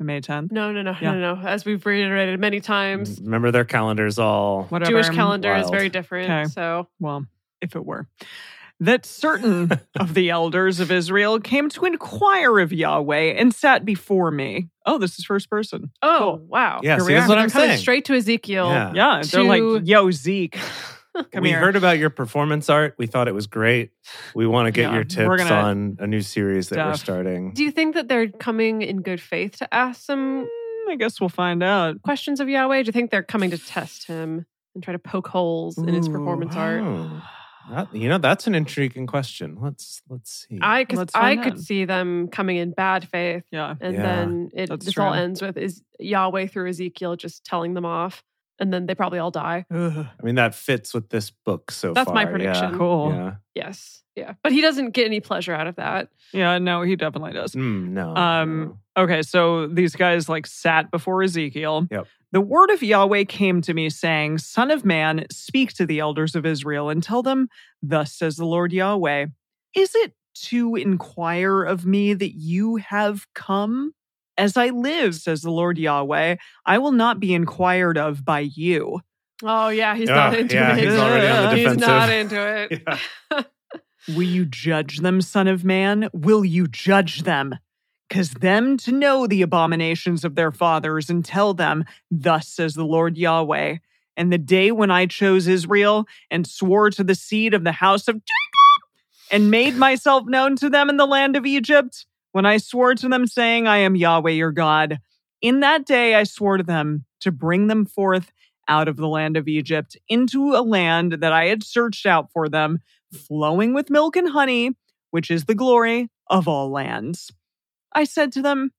S2: May 10th,
S3: No, no, no,
S2: Yeah.
S3: no, no. As we've reiterated many times,
S1: Remember their calendars all.
S2: whatever.
S3: Jewish calendar is
S1: Wild.
S3: very different.
S2: Okay.
S3: So
S2: Well, if it were. That certain of the elders of Israel came to inquire of Yahweh and sat before me. Oh, this is first person.
S3: oh
S2: Cool.
S3: wow.
S1: Yeah,
S2: Here
S1: see,
S2: we
S1: that's
S2: are.
S1: what
S3: They're
S1: I'm
S3: coming
S1: saying.
S3: straight to Ezekiel.
S1: Yeah.
S2: Yeah, they're
S3: Uh, To-
S2: like, yo, Zeke, come
S1: we
S2: here.
S1: heard about your performance art. We thought it was great. We want to get
S2: Yeah,
S1: your tips
S2: we're gonna-
S1: on a new series that we're
S2: Stuff.
S1: starting.
S3: Do you think that they're coming in good faith to ask some
S2: Mm, I guess we'll find out.
S3: questions of Yahweh? Do you think they're coming to test him and try to poke holes in his
S2: Ooh.
S3: performance art?
S1: Oh, that- you know, that's an intriguing question. Let's let's see.
S3: I cause
S2: Let's
S3: I
S2: find
S3: could
S2: out.
S3: see them coming in bad faith,
S2: Yeah.
S3: and
S1: Yeah,
S3: then it
S2: that's
S3: this all
S2: true.
S3: ends with is Yahweh through Ezekiel just telling them off, and then they probably all die.
S2: Ugh.
S1: I mean, that fits with this book so
S3: That's
S1: far.
S3: my
S1: yeah.
S3: prediction.
S2: Cool. Yeah.
S1: Yeah.
S3: Yes, yeah, but he doesn't get any pleasure out of that.
S2: no, he definitely does.
S1: Mm, no.
S2: Um,
S1: no.
S2: Okay, so these guys like sat before Ezekiel.
S1: Yep.
S2: The word of Yahweh came to me, saying, Son of man, speak to the elders of Israel and tell them, Thus says the Lord Yahweh, is it to inquire of me that you have come? As I live, says the Lord Yahweh, I will not be inquired of by you.
S3: Oh yeah, he's
S1: Yeah,
S3: not into
S1: yeah,
S3: it.
S1: he's
S2: already on the
S3: He's not
S1: defensive.
S3: into
S1: *laughs*
S3: it.
S1: *laughs* Yeah.
S2: Will you judge them, son of man? Will you judge them? Cause them to know the abominations of their fathers and tell them, Thus says the Lord Yahweh. And the day when I chose Israel and swore to the seed of the house of Jacob and made myself known to them in the land of Egypt, when I swore to them, saying, I am Yahweh your God, in that day I swore to them to bring them forth out of the land of Egypt into a land that I had searched out for them flowing with milk and honey, which is the glory of all lands. I said to them,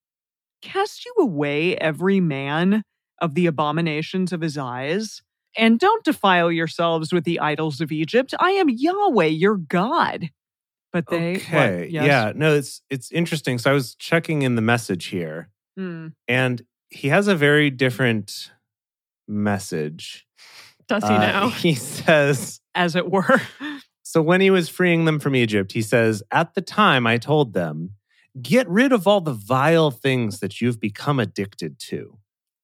S2: Cast you away every man of the abominations of his eyes, and don't defile yourselves with the idols of Egypt. I am Yahweh your God. But they,
S1: okay.
S2: what? Yes.
S1: Yeah. No, it's it's interesting. So I was checking in the message here,
S2: Hmm.
S1: and he has a very different message.
S3: Does he
S1: Uh,
S3: now?
S1: He says.
S2: as it were. *laughs*
S1: So when he was freeing them from Egypt, he says, At the time I told them, get rid of all the vile things that you've become addicted to.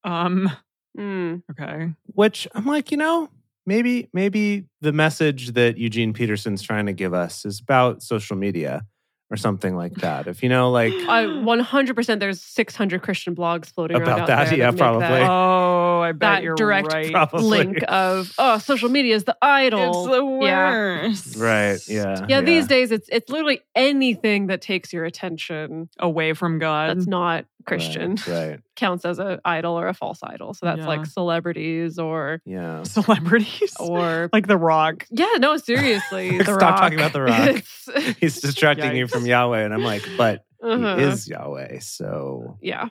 S2: um,
S3: Mm.
S2: okay.
S1: Which I'm like, you know, maybe, maybe the message that Eugene Peterson's trying to give us is about social media or something like that. If you know, like
S2: *gasps*
S3: I
S1: *laughs*
S3: 100% there's 600 Christian blogs floating around
S1: About
S3: out
S1: that,
S3: there
S1: yeah,
S3: make
S1: probably.
S3: That,
S2: Oh, I bet
S3: that
S2: you're
S3: direct
S2: right.
S1: Probably.
S3: link of oh, social media is the
S2: *laughs*
S3: idol.
S2: It's the
S3: Yeah.
S2: worst.
S3: *laughs*
S1: Right. Yeah.
S3: yeah, these days it's it's literally anything that takes your attention
S2: Away from God.
S3: that's not Christian *laughs*
S1: Right. right.
S3: counts as a idol or a false idol. So that's
S2: Yeah.
S3: like celebrities or *laughs*
S1: Yeah.
S2: *laughs* Celebrities.
S3: or
S1: *laughs*
S2: like The Rock.
S3: yeah, no, seriously, The
S1: Stop
S3: Rock.
S1: talking about The Rock.
S3: *laughs* It's-
S1: He's distracting you from
S3: Yikes.
S1: Yahweh. And I'm like, but
S3: Uh-huh.
S1: he is Yahweh. So
S3: yeah.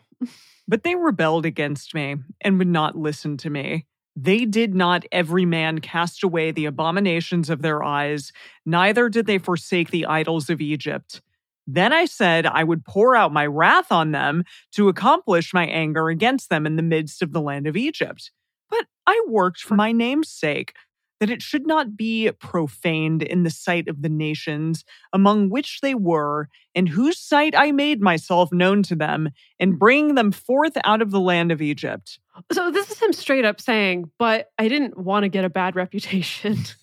S2: But they rebelled against me and would not listen to me. They did not every man cast away the abominations of their eyes, neither did they forsake the idols of Egypt. Then I said I would pour out my wrath on them to accomplish my anger against them in the midst of the land of Egypt. But I worked for my name's sake, that it should not be profaned in the sight of the nations among which they were, in whose sight I made myself known to them, and bring them forth out of the land of Egypt.
S1: *laughs*
S3: So this is him straight up saying, but I didn't want *laughs* to get a bad reputation. *laughs*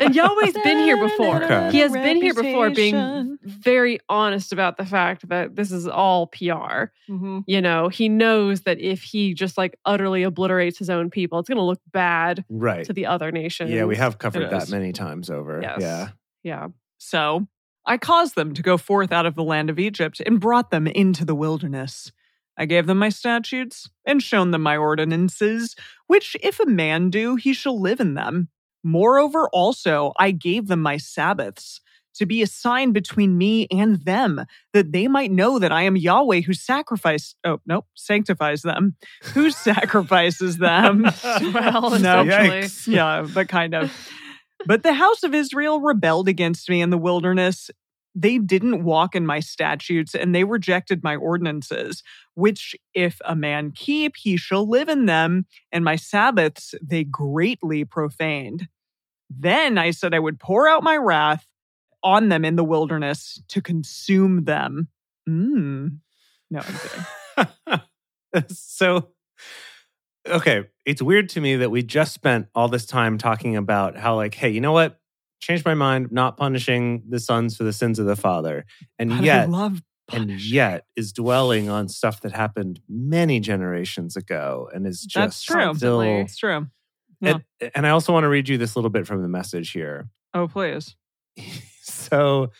S3: And Yahweh's been here before.
S1: Okay.
S3: He has been here before being very honest about the fact that this is all PR.
S2: Mhm.
S3: You know, he knows that if he just like utterly obliterates his own people, it's going to look bad
S1: Right.
S3: to the other nations.
S1: Yeah, we have covered
S2: It
S1: that
S2: is.
S1: many times over.
S3: Yes.
S1: Yeah. *laughs*
S3: Yeah.
S2: So I caused them to go forth out of the land of Egypt and brought them into the wilderness. I gave them my statutes and shown them my ordinances, which if a man do, he shall live in them. Moreover, also, I gave them my Sabbaths to be a sign between me and them, that they might know that I am Yahweh who sacrifice, oh, no, sanctifies them, who sacrifices them.
S3: *laughs* Well,
S2: No.
S3: essentially.
S1: Yikes.
S2: yeah, but kind of. But the house of Israel rebelled against me in the wilderness. They didn't walk in my statutes and they rejected my ordinances, which if a man keep, he shall live in them, and my Sabbaths they greatly profaned. Then I said I would pour out my wrath on them in the wilderness to consume them. Mm. No, I'm kidding.
S1: so okay it's weird to me that we just spent all this time talking about how like hey you know what change my mind not punishing the sons for the sins of the father and
S2: But *laughs* I
S1: yet
S2: love
S1: and yet is dwelling on stuff that happened many generations ago and is just
S2: That's true.
S1: still
S3: Constantly.
S2: it's true.
S1: and, and i also want to read you this little bit from the message here
S2: Oh, please.
S1: so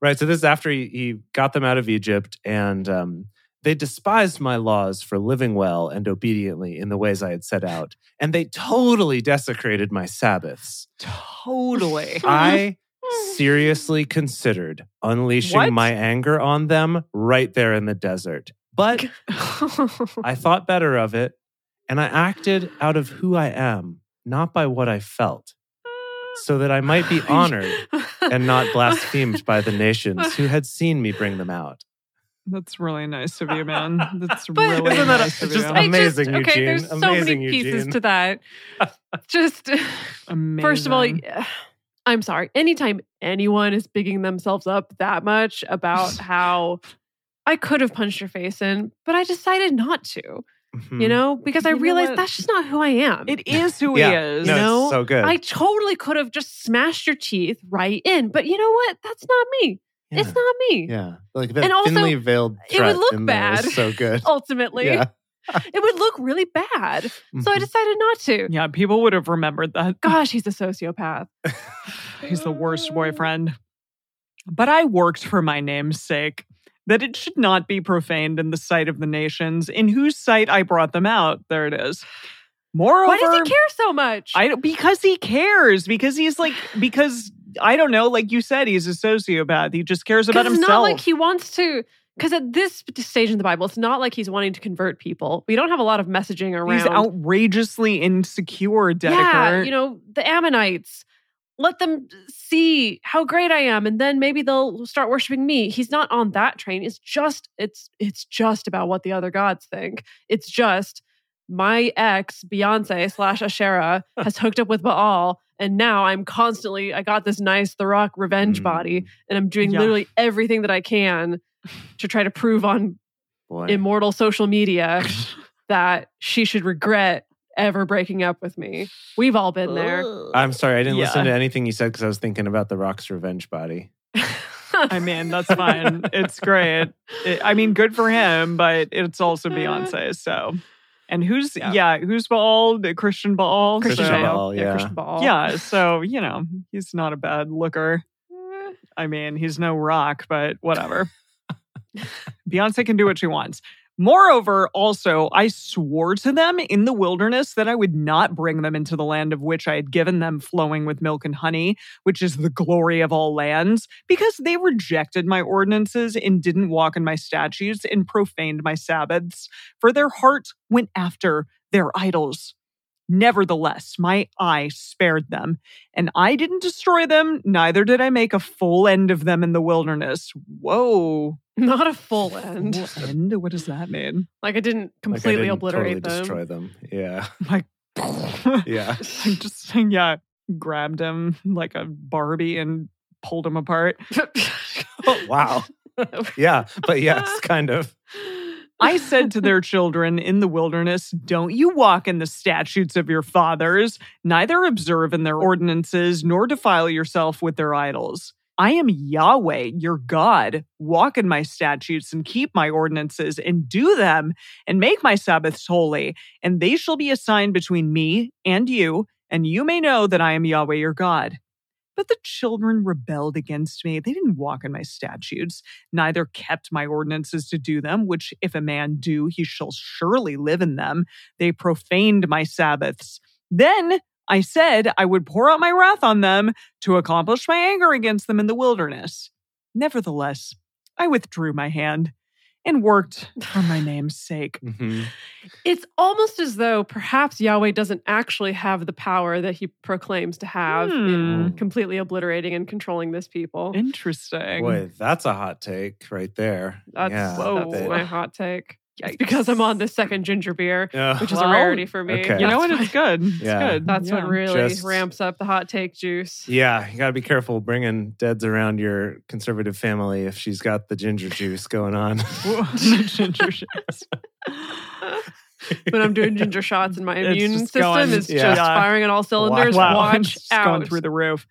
S1: right so this is after he, he got them out of egypt and um, they despised my laws for living well and obediently in the ways i had set out and they totally desecrated my sabbaths
S2: Totally.
S1: *laughs* i seriously considered unleashing
S2: What?
S1: my anger on them right there in the desert but i thought better of it and i acted out of who i am not by what i felt so that i
S3: *laughs*
S1: might be honored and not blasphemed by the nations who had seen me bring them out.
S2: That's really nice of you,
S3: *laughs*
S2: man. That's
S3: But-
S2: really
S1: Isn't that a-
S2: nice of
S1: just
S2: you.
S3: *laughs* I just-
S1: Amazing,
S3: Okay,
S1: Eugene.
S3: there's so
S1: Amazing,
S3: many pieces
S1: Eugene. *laughs*
S3: to that. Just
S2: Amazing.
S3: first of all, yeah, I'm sorry. Anytime anyone is bigging themselves up that much
S1: *laughs*
S3: about how I could have punched your face in, but I decided not to.
S1: Mm-hmm.
S2: Hmm.
S3: You know, because I
S2: You know
S3: realized
S2: what?
S3: that's just not who I am.
S2: it is who
S1: Yeah.
S2: he is.
S1: no,
S3: you know,
S1: it's so good.
S3: I totally could have just smashed your teeth right in, but you know what? That's not me.
S1: yeah.
S3: It's not me.
S1: yeah, like that
S3: And also,
S1: thinly veiled
S3: it would
S1: threat
S3: look
S1: in there is
S3: bad.
S1: So
S3: *laughs*
S1: good.
S3: Ultimately,
S1: yeah.
S3: it would look really bad. So I
S1: Mhm.
S3: decided not to.
S2: Mm-hmm. Yeah, people would have remembered that.
S3: Gosh, he's a sociopath.
S2: He's the worst boyfriend. But I worked for my name's sake, that it should not be profaned in the sight of the nations, in whose sight I brought them out. There it is. Moreover,
S3: Why does he care so much?
S2: I don't- because he cares. Because he's like because I don't know. Like you said, he's a sociopath. He just cares about
S3: 'Cause
S2: himself.
S3: It's not like he wants to. Because at this stage in the Bible, it's not like he's wanting to convert people. We don't have a lot of messaging around.
S2: He's outrageously insecure, Dedeker.
S3: yeah, you know, the Ammonites. Let them see how great I am, and then maybe they'll start worshiping me. He's not on that train. It's just it's it's just about what the other gods think. It's just my ex Beyonce slash Asherah has hooked up with Baal, and now I'm constantly I got this nice The Rock revenge
S1: Mm,
S3: body, and I'm doing
S2: Yeah.
S3: literally everything that I can to try to prove on
S1: boy.
S3: immortal
S1: *laughs*
S3: social media that she should regret ever breaking up with me. We've all been there.
S1: I'm sorry, I didn't
S2: Yeah.
S1: listen to anything you said because I was thinking about the Rock's revenge body.
S3: *laughs*
S2: I mean, that's fine. it's great. It- I mean, good for him, but it's also Beyonce. So, and who's yeah,
S1: Yeah.
S2: who's Baal? The Christian Baal.
S1: Christian
S2: so,
S1: Bale. Bale, yeah.
S3: Christian Ball.
S2: Yeah, so you know he's not a bad looker.
S3: Eh,
S2: I mean, he's no rock, but whatever. Beyonce can do what she wants. Moreover, also, I swore to them in the wilderness that I would not bring them into the land of which I had given them, flowing with milk and honey, which is the glory of all lands, because they rejected my ordinances and didn't walk in my statutes and profaned my Sabbaths, for their heart went after their idols. Nevertheless, my eye spared them and I didn't destroy them, neither did I make a full end of them in the wilderness. Whoa.
S3: Not a full end. *laughs*
S2: Full end? What does that mean? *laughs*
S3: Like I didn't
S1: Like, I
S3: completely
S1: didn't
S3: obliterate
S1: totally
S3: them.
S1: destroy them.
S3: *laughs*
S1: Yeah,
S2: I
S1: yeah.
S2: just, yeah, grabbed him like a Barbie and pulled
S3: *laughs*
S2: him apart.
S1: wow. yeah, but yes, kind of.
S2: I said to their children in the wilderness, Don't you walk in the statutes of your fathers, neither observe in their ordinances, nor defile yourself with their idols. I am Yahweh, your God. Walk in my statutes and keep my ordinances and do them and make my Sabbaths holy, and they shall be a sign between me and you, and you may know that I am Yahweh, your God. But the children rebelled against me. They didn't walk in my statutes neither kept my ordinances to do them, which if a man do, he shall surely live in them. They profaned my Sabbaths. Then I said I would pour out my wrath on them to accomplish my anger against them in the wilderness. Nevertheless, I withdrew my hand and worked for my name's sake.
S1: Mhm.
S3: It's almost as though perhaps Yahweh doesn't actually have the power that he proclaims to have in
S1: Hmm.
S3: completely obliterating and controlling this people.
S2: Interesting.
S1: Boy, that's a hot take right there.
S3: That's,
S1: yeah,
S2: Whoa.
S3: that's
S1: that-
S3: my hot take. It's
S2: Yikes.
S3: because I'm on this second ginger beer,
S1: Yeah.
S3: which is
S2: Well,
S3: a rarity for me.
S1: okay.
S2: You know what?
S3: That's
S2: It's
S3: what-
S2: good. It's
S1: Yeah.
S2: good.
S3: *laughs* That's
S2: Yeah.
S3: what really
S1: Just-
S3: ramps up the hot take
S1: *laughs*
S3: juice.
S1: Yeah, you got to be careful bringing deads around your conservative family if she's got the ginger juice going on.
S2: Whoa. *laughs* Ginger shots. *laughs*
S3: when I'm doing ginger shots and my
S2: It's
S3: immune
S2: just
S3: system
S2: going-
S3: is
S1: yeah.
S3: just firing on all cylinders.
S1: Wow.
S2: *laughs*
S3: Watch
S2: It's
S3: out.
S2: Going through the roof.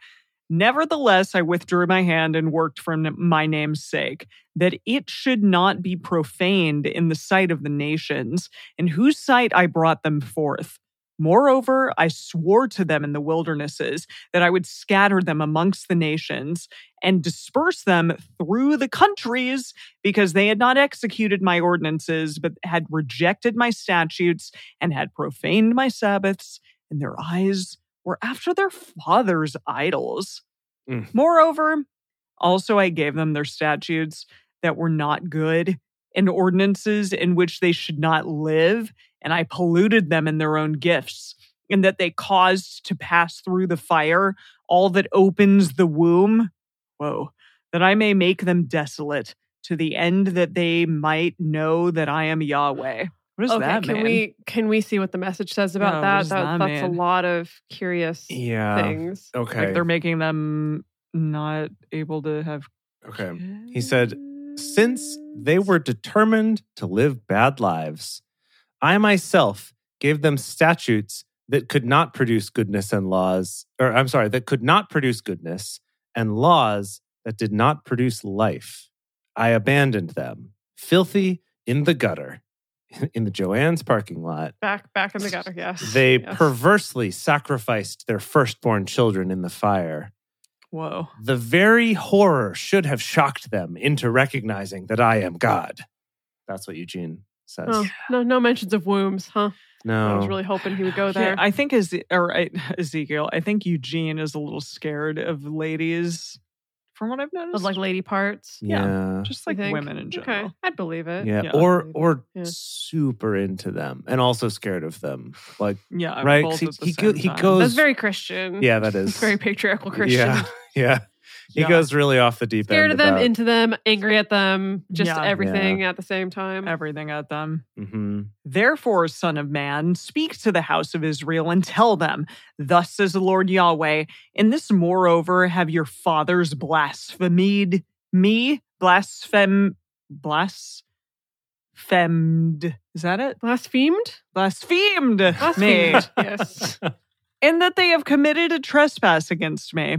S2: Nevertheless, I withdrew my hand and worked for n- my name's sake, that it should not be profaned in the sight of the nations, in whose sight I brought them forth. Moreover, I swore to them in the wildernesses that I would scatter them amongst the nations and disperse them through the countries because they had not executed my ordinances, but had rejected my statutes and had profaned my Sabbaths, and their eyes were after their father's idols.
S1: Mm.
S2: Moreover, also I gave them their statutes that were not good and ordinances in which they should not live, and I polluted them in their own gifts, and that they caused to pass through the fire all that opens the womb. Whoa, that I may make them desolate to the end that they might know that I am Yahweh. What does
S3: Okay,
S2: that
S3: can
S2: mean?
S3: we can we see what the message says
S2: Yeah,
S3: about
S2: what
S3: that?
S2: does that
S3: That's a
S2: mean?
S3: lot of curious
S1: *laughs* yeah.
S3: things.
S1: Okay.
S2: like they're making them not able to have
S1: okay.
S3: Mm.
S1: He said, Since they were determined to live bad lives, I myself gave them statutes that could not produce goodness and laws, or I'm sorry, that could not produce goodness and laws that did not produce life. I abandoned them, filthy in the gutter, *laughs* in the Joanne's parking lot.
S3: Back back in the gutter, *sighs* yes.
S1: They
S3: yes.
S1: perversely sacrificed their firstborn children in the fire.
S2: Whoa.
S1: The very horror should have shocked them into recognizing that I am God. That's what Eugene says.
S3: Oh, no no mentions of wombs, huh? I
S1: No.
S3: was really hoping he would go
S2: Yeah,
S3: there.
S2: I think Eze- or I, Ezekiel. I think Eugene is a little scared of ladies, from what I've
S3: Of
S2: noticed.
S3: like lady parts.
S1: yeah.
S2: just
S3: you
S2: like
S3: think?
S2: women in general.
S3: Okay, I'd believe it.
S1: Yeah.
S2: Yeah.
S1: Or or
S3: Yeah.
S1: super into them and also scared of them. Like
S2: Yeah,
S1: Right, 'cause
S2: both
S1: he-
S2: at the
S1: he go-
S2: same
S1: he
S2: time.
S1: goes-
S3: That's very Christian.
S1: yeah,
S3: *laughs*
S1: that
S3: It's
S1: is.
S3: very patriarchal Christian.
S1: Yeah. *laughs* Yeah. He
S2: Yeah.
S1: goes really off the deep end.
S3: Scared of them,
S1: about-
S3: into them, angry at them, just
S2: Yeah.
S3: everything at the same time.
S2: everything at them.
S1: Mhm.
S2: Therefore, Son of Man, speak to the house of Israel and tell them, Thus says the Lord Yahweh, in this moreover have your fathers blasphemed me, blasphem, blasphemed. Is that it?
S3: Blasphemed?
S2: Blasphemed, me, *laughs*
S3: Blasphemed. yes.
S2: and that they have committed a trespass against me.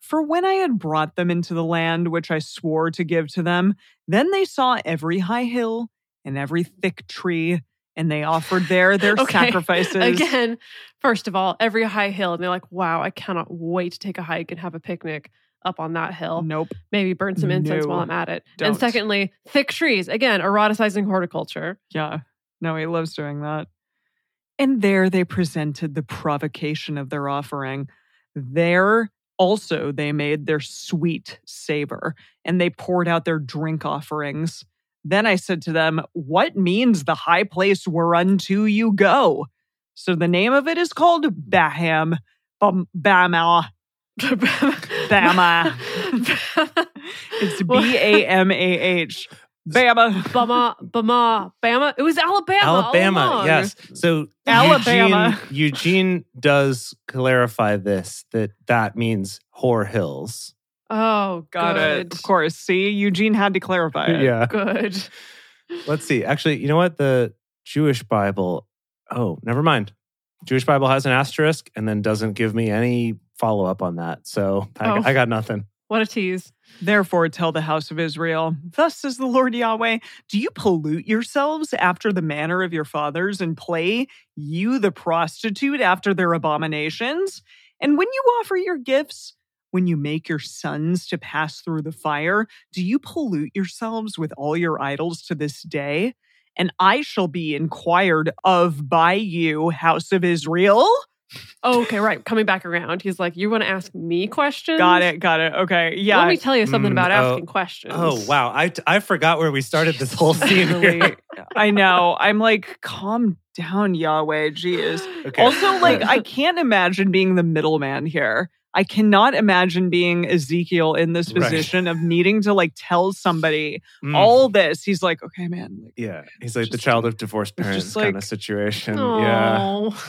S2: For when I had brought them into the land which I swore to give to them, then they saw every high hill and every thick tree, and they offered there their
S3: *laughs* Okay.
S2: sacrifices.
S3: Again, first of all, every high hill, and they're like, wow, I cannot wait to take a hike and have a picnic up on that hill.
S2: Nope.
S3: Maybe burn some incense
S2: No,
S3: while I'm at it.
S2: don't.
S3: And secondly, thick trees. Again, eroticizing horticulture. *laughs*
S2: Yeah. No, he loves doing that. And there they presented the provocation of their offering. There also they made their sweet savor, and they poured out their drink offerings. Then I said to them, What means the high place whereunto you go? So the name of it is called Baham, Bam, Bama.
S3: Bama. *laughs*
S2: It's B A M A H. Bama.
S3: Bama, Bama, Bama. It was Alabama. all
S1: Alabama,
S3: along.
S1: yes. So
S2: Alabama.
S1: Eugene, Eugene does clarify this that that means whore hills.
S3: Oh,
S2: Got
S3: good.
S2: it. Of course. See, Eugene had to clarify it.
S3: Good.
S1: Let's see. Actually, you know what? The Jewish Bible. Oh, never mind. Jewish Bible has an asterisk and then doesn't give me any follow up on that. So I,
S3: Oh.
S1: I got nothing.
S3: What a tease.
S2: Therefore, tell the house of Israel, Thus says the Lord Yahweh, do you pollute yourselves after the manner of your fathers and play you the prostitute after their abominations? And when you offer your gifts, when you make your sons to pass through the fire, do you pollute yourselves with all your idols to this day? And I shall be inquired of by you, house of Israel.
S3: Oh, okay, right. Coming back around. He's like, You want to ask me questions?
S2: Got it, got it. Okay. Yeah.
S3: Let me tell you something
S1: Mm,
S3: about
S1: oh.
S3: asking questions.
S1: Oh, wow. I, I forgot where we started this whole scene. here. *laughs*
S2: *laughs* Really, I know. I'm like, calm down, Yahweh. Jeez.
S1: Okay. *laughs*
S2: Also, like, I can't imagine being the middleman here. I cannot imagine being Ezekiel in this
S1: Right.
S2: position of needing to like tell somebody
S1: Mm.
S2: all this. He's like, okay, man, like,
S1: Yeah. He's like the
S2: Just-
S1: child of divorced
S2: it's
S1: parents
S2: just
S1: kind
S2: like-
S1: of situation. Yeah.
S3: Oh.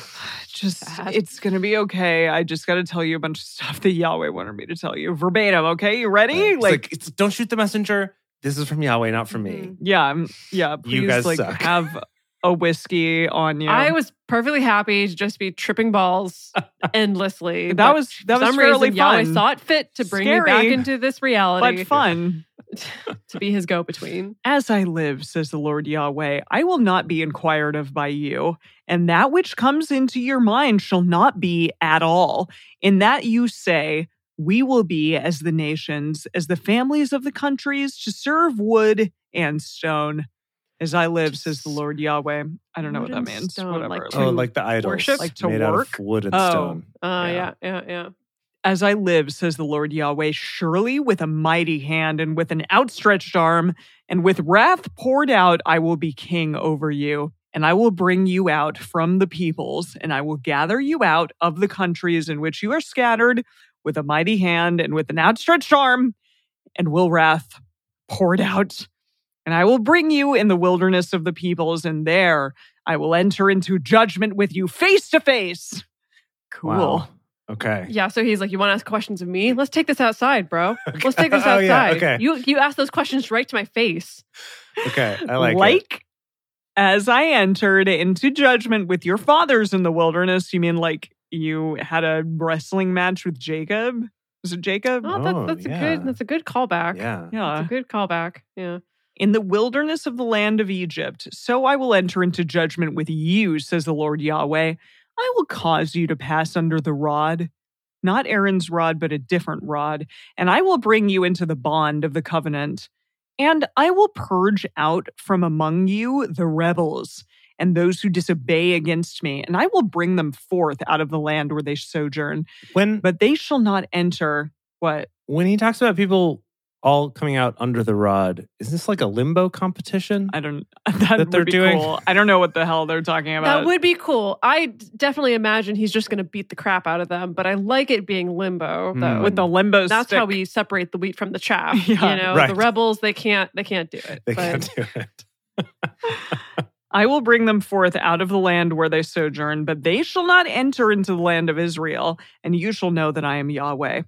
S2: just
S3: Sad.
S2: it's gonna be okay. I just got to tell you a bunch of *laughs* stuff that Yahweh wanted me to tell you verbatim. Okay, you ready?
S1: It's like, it's, don't shoot the messenger. This is from Yahweh, not from me.
S3: Mhm.
S2: yeah, I'm- yeah. Please,
S1: You guys
S2: like,
S1: suck.
S2: have a whiskey on you.
S3: *sighs* I was perfectly happy to just be
S2: *laughs*
S3: tripping balls endlessly.
S2: that
S3: but
S2: was that
S3: for
S2: was
S3: some
S2: fairly
S3: reason, Yahweh
S2: fun.
S3: saw it fit to bring me back
S2: Scary.
S3: into this
S2: but
S3: reality
S2: fun.
S3: *laughs* to be his go-between.
S2: As I live, says the Lord Yahweh, I will not be inquired of by you, and that which comes into your mind shall not be at all. In that you say, We will be as the nations, as the families of the countries, to serve wood and stone. As I live, says the Lord Yahweh. I don't know
S3: Wood
S2: what that
S3: and
S2: means.
S3: stone,
S2: Whatever.
S3: like
S1: Oh,
S3: To
S1: like the idols.
S3: worship?
S2: Like to
S1: made out
S2: work?
S1: of wood and
S2: Oh.
S1: stone.
S3: Uh,
S1: Yeah.
S3: yeah, yeah, yeah.
S2: As I live, says the Lord Yahweh, surely with a mighty hand and with an outstretched arm and with wrath poured out, I will be king over you. And I will bring you out from the peoples, and I will gather you out of the countries in which you are scattered with a mighty hand and with an outstretched arm, and will wrath poured out. And I will bring you in the wilderness of the peoples, and there I will enter into judgment with you face to face. Cool.
S1: Wow. Okay.
S3: Yeah, so he's like, "You want to ask questions of me? Let's take this
S2: *laughs*
S3: outside, bro. Let's take this
S1: Oh,
S3: outside.
S1: yeah, okay.
S3: You you ask those questions right to my face.
S1: Okay. I like, it.
S2: as I entered into judgment with your fathers in the wilderness. You mean like you had a wrestling match with Jacob? Was it Jacob?
S3: Oh,
S1: Oh,
S3: that's that's
S1: yeah.
S3: a good that's a good callback.
S1: Yeah.
S2: Yeah.
S3: That's a good callback. Yeah.
S2: In the wilderness of the land of Egypt, so I will enter into judgment with you, says the Lord Yahweh. I will cause you to pass under the rod, not Aaron's rod, but a different rod, and I will bring you into the bond of the covenant. And I will purge out from among you the rebels and those who disobey against me, and I will bring them forth out of the land where they sojourn,
S1: When
S2: but they shall not enter what?
S1: when he talks about people all coming out under the rod, is this like a limbo competition?
S2: I don't. *laughs* That,
S1: That
S2: would
S1: they're
S2: be
S1: doing-
S2: cool. I don't know what the hell they're talking about.
S3: That would be cool. I d- definitely imagine he's just going to beat the crap out of them, but I like it being limbo
S1: Hmm.
S3: though.
S2: with the limbo
S3: That's
S2: stick.
S3: how we separate the wheat from
S1: *laughs*
S3: the chaff.
S2: Yeah.
S3: you know,
S1: Right.
S3: the rebels they can't they can't do it.
S1: they
S3: but
S1: can't do it.
S2: I will bring them forth out of the land where they sojourn, but they shall not enter into the land of Israel, and you shall know that I am Yahweh.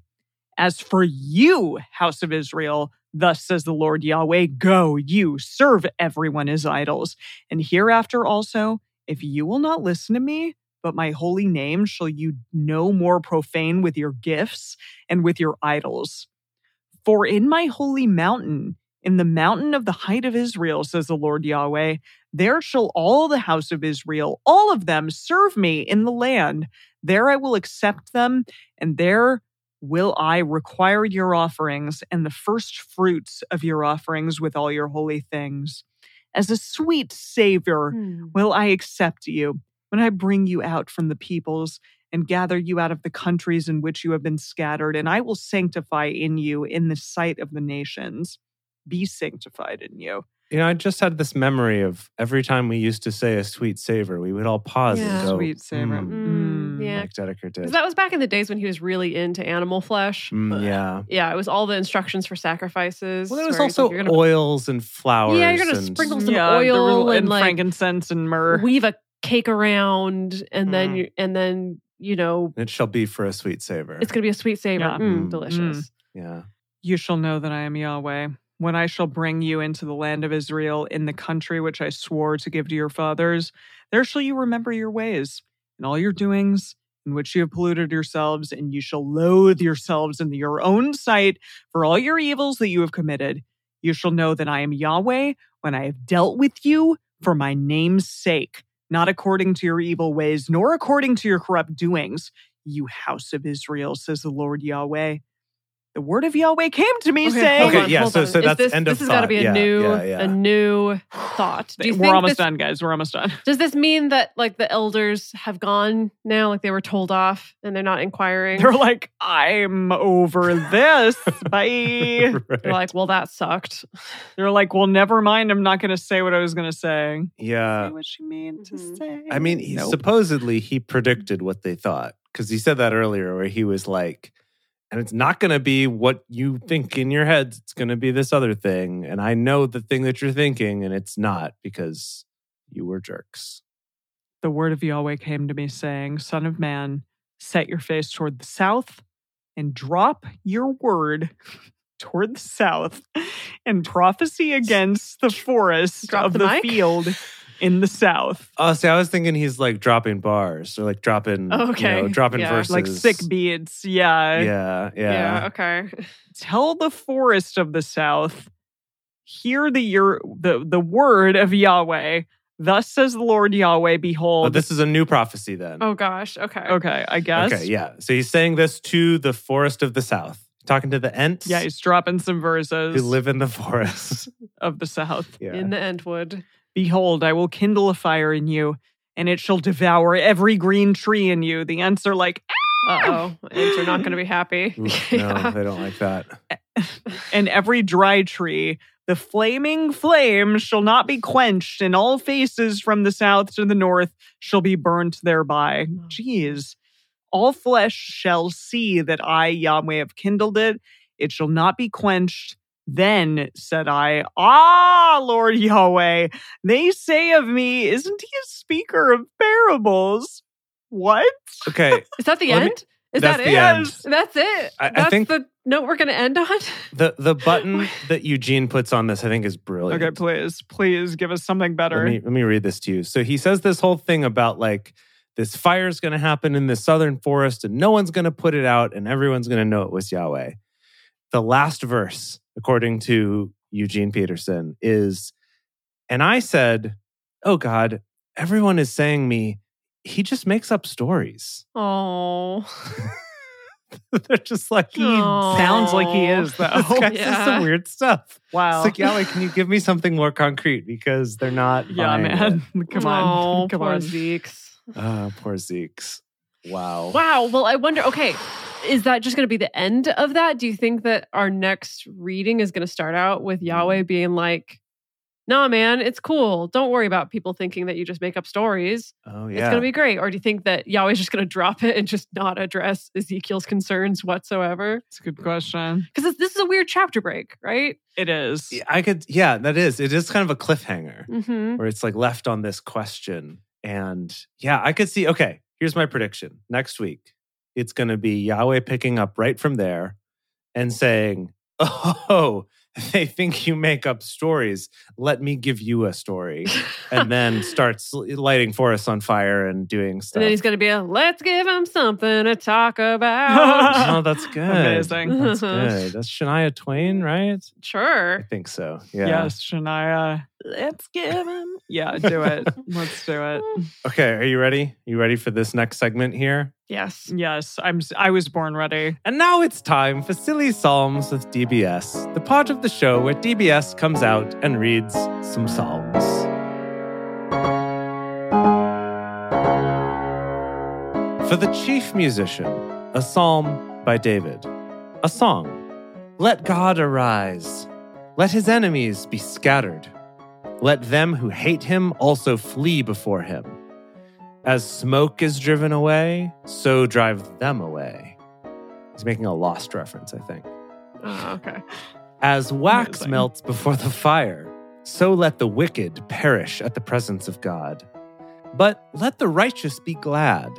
S2: As for you, house of Israel, thus says the Lord Yahweh, go you, serve everyone as idols. And hereafter also, if you will not listen to me, but my holy name shall you no more profane with your gifts and with your idols. For in my holy mountain, in the mountain of the height of Israel, says the Lord Yahweh, there shall all the house of Israel, all of them, serve me in the land. There I will accept them, and there will I require your offerings and the first fruits of your offerings with all your holy things. As a sweet savor
S3: *laughs* Hmm.
S2: will I accept you when I bring you out from the peoples and gather you out of the countries in which you have been scattered, and I will sanctify in you in the sight of the nations. Be sanctified in you.
S1: You know, I just had this memory of every time we used to say a sweet savor, we would all pause
S3: Yeah.
S1: and go
S2: Sweet savor.
S1: "Mm,"
S3: Mm,
S2: Mm.
S3: yeah.
S1: like Dedeker
S3: 'Cause
S1: did.
S3: that was back in the days when he was really into animal flesh.
S1: Mm, yeah.
S3: Yeah, it was all the instructions for sacrifices.
S1: Well, there was
S3: where he's
S1: also
S3: like, "You're gonna
S1: oils and flowers.
S3: Yeah, you're gonna
S1: and-
S3: sprinkle some
S2: Yeah, the
S3: oil
S2: real-
S3: and, like,
S2: frankincense and myrrh.
S3: weave a cake around and then
S1: Mm.
S3: you and then you know
S1: It shall be for a sweet savor.
S3: it's gonna be a sweet savor
S2: Yeah.
S3: Mm,
S1: Mm.
S3: delicious
S1: yeah.
S2: you shall know that I am Yahweh. when I shall bring you into the land of Israel, in the country which I swore to give to your fathers, there shall you remember your ways and all your doings in which you have polluted yourselves, and you shall loathe yourselves in your own sight for all your evils that you have committed. You shall know that I am Yahweh when I have dealt with you for my name's sake, not according to your evil ways, nor according to your corrupt doings, you house of Israel, says the Lord Yahweh. The word of Yahweh came to me
S3: Okay,
S2: saying,
S3: hold
S1: Okay,
S3: on,
S1: yeah,
S3: hold
S1: so-
S3: on.
S1: so
S3: Is
S1: that's
S3: this,
S1: end
S3: this
S1: of
S3: has got to
S1: thought.
S3: be a
S1: Yeah,
S3: new
S1: yeah, yeah.
S3: a new thought. Do you
S2: We're
S3: think
S2: almost
S3: this,
S2: done, guys. We're almost done.
S3: Does this mean that like the elders have gone now, like they were told off and they're not inquiring?
S2: They're like, I'm over this. *laughs*
S1: *laughs*
S2: Bye.
S3: They're like, well, that sucked.
S2: They're like, well, never mind. I'm not going to say what I was going to say.
S1: Yeah.
S2: what she meant
S3: Mhm.
S2: say.
S1: Uh, I mean, he,
S2: Nope.
S1: supposedly he predicted what they thought because he said that earlier, where he was like, and it's not going to be what you think in your heads. It's going to be this other thing. And I know the thing that you're thinking, and it's not because you were jerks.
S2: the word of Yahweh came to me, saying, Son of man, set your face toward the south and drop your word *laughs* toward the south and prophecy against the forest
S3: Drop
S2: of
S3: the
S2: the,
S3: mic?
S2: field in
S1: *laughs*
S2: the south.
S1: Oh, see, I was thinking he's like dropping bars or like dropping,
S3: Okay,
S1: you know, dropping
S3: yeah.
S1: verses.
S2: Like sick beats. Yeah.
S1: Yeah, yeah.
S3: okay.
S2: Tell the forest of the south, hear the, your, the, the word of Yahweh. Thus says the Lord Yahweh,
S1: Oh,
S2: behold.
S1: this is a new prophecy then.
S3: Oh gosh. Okay.
S2: okay, I guess.
S1: Okay, yeah. So he's saying this to the forest of the south, talking to the Ents
S2: Yeah, he's dropping some verses
S1: who live in the forest.
S2: of the South.
S1: *laughs* yeah.
S3: In the end wood.
S2: Behold, I will kindle a fire in you, and it shall devour every green tree in you. The ants are like,
S3: Uh oh. And you're not going to be happy.
S1: *laughs* Oof, *laughs* No,
S3: *laughs* Yeah.
S1: they don't like *laughs* that.
S2: and every dry tree. The flaming flame shall not be quenched, and all faces from the south to the north shall be burnt thereby. Jeez. All flesh shall see that I, Yahweh, have kindled it. It shall not be quenched. Then said I, Ah, Lord Yahweh, they say of me, Isn't he a speaker of parables? What?
S1: Okay,
S3: Is that the
S1: Let me-
S3: end? Is
S1: that's
S3: that
S1: the
S3: it?
S1: end.
S3: That's it.
S1: I- I
S3: That's
S1: think-
S3: the note we're going to end on. *laughs*
S1: The the button that Eugene puts on this, I think, is brilliant.
S2: Okay, please, please give us something better.
S1: Let me let me read this to you. So he says this whole thing about like this fire is going to happen in the southern forest, and no one's going to put it out, and everyone's going to know it was Yahweh. The last verse, according to Eugene Peterson, is, and I said, "Oh God, everyone is saying me." He just makes up stories.
S3: Oh.
S1: They're just like,
S2: he sounds like he is, though.
S1: this guy says
S3: Yeah.
S1: some weird stuff.
S2: wow.
S1: It's like, Yahweh, can you give me something more concrete? Because they're not.
S2: Yeah,
S1: buying
S2: man. *laughs* Come on.
S3: Oh,
S2: Come
S3: poor
S2: on.
S3: Zeke's.
S1: it. *laughs* Ah, poor Zeeks. Wow.
S3: Wow. Well, I wonder. Okay, is that just going to be the end of that? Do you think that our next reading is going to start out with Yahweh being like, "Nah, man, it's cool. Don't worry about people thinking that you just make up stories.
S1: Oh,
S3: It's
S1: yeah.
S3: going to be great." Or do you think that Yahweh's just going to *laughs* drop it and just not address Ezekiel's concerns whatsoever?
S2: It's a good question.
S3: Because this is a weird chapter break, right?
S2: It is.
S1: Yeah, I could, yeah, that is. It is kind of a cliffhanger
S3: Mm-hmm.
S1: where it's like left on this question. And yeah, I could see. Okay, here's my prediction. Next week, it's going to be Yahweh picking up right from there and saying, Oh, *laughs* they think you make up stories. Let me give you a story. and
S3: *laughs*
S1: then starts lighting forests on fire and doing stuff.
S3: And then he's going to be, a, "Let's give him something to talk
S1: *laughs*
S3: about." *laughs*
S1: oh, that's good.
S2: Amazing.
S1: That's good. That's Shania Twain, right? I
S3: sure.
S1: think so. Yeah.
S2: Yes, Shania. Let's give him. Yeah, do it. Let's do it.
S1: Okay. Are you ready? You ready for this next segment here?
S3: Yes.
S2: Yes, I'm. s- I was born ready.
S1: And now it's time for Silly Psalms with DBS, the part of the show where DBS comes out and reads some psalms. For the chief musician, a psalm by David. A song. Let God arise. Let his enemies be scattered. Let them who hate him also flee before him. As smoke is driven away, so drive them away. He's making a lost reference, I think.
S3: Oh, okay.
S1: As wax
S2: Amazing.
S1: melts before the fire, so let the wicked perish at the presence of God. But let the righteous be glad.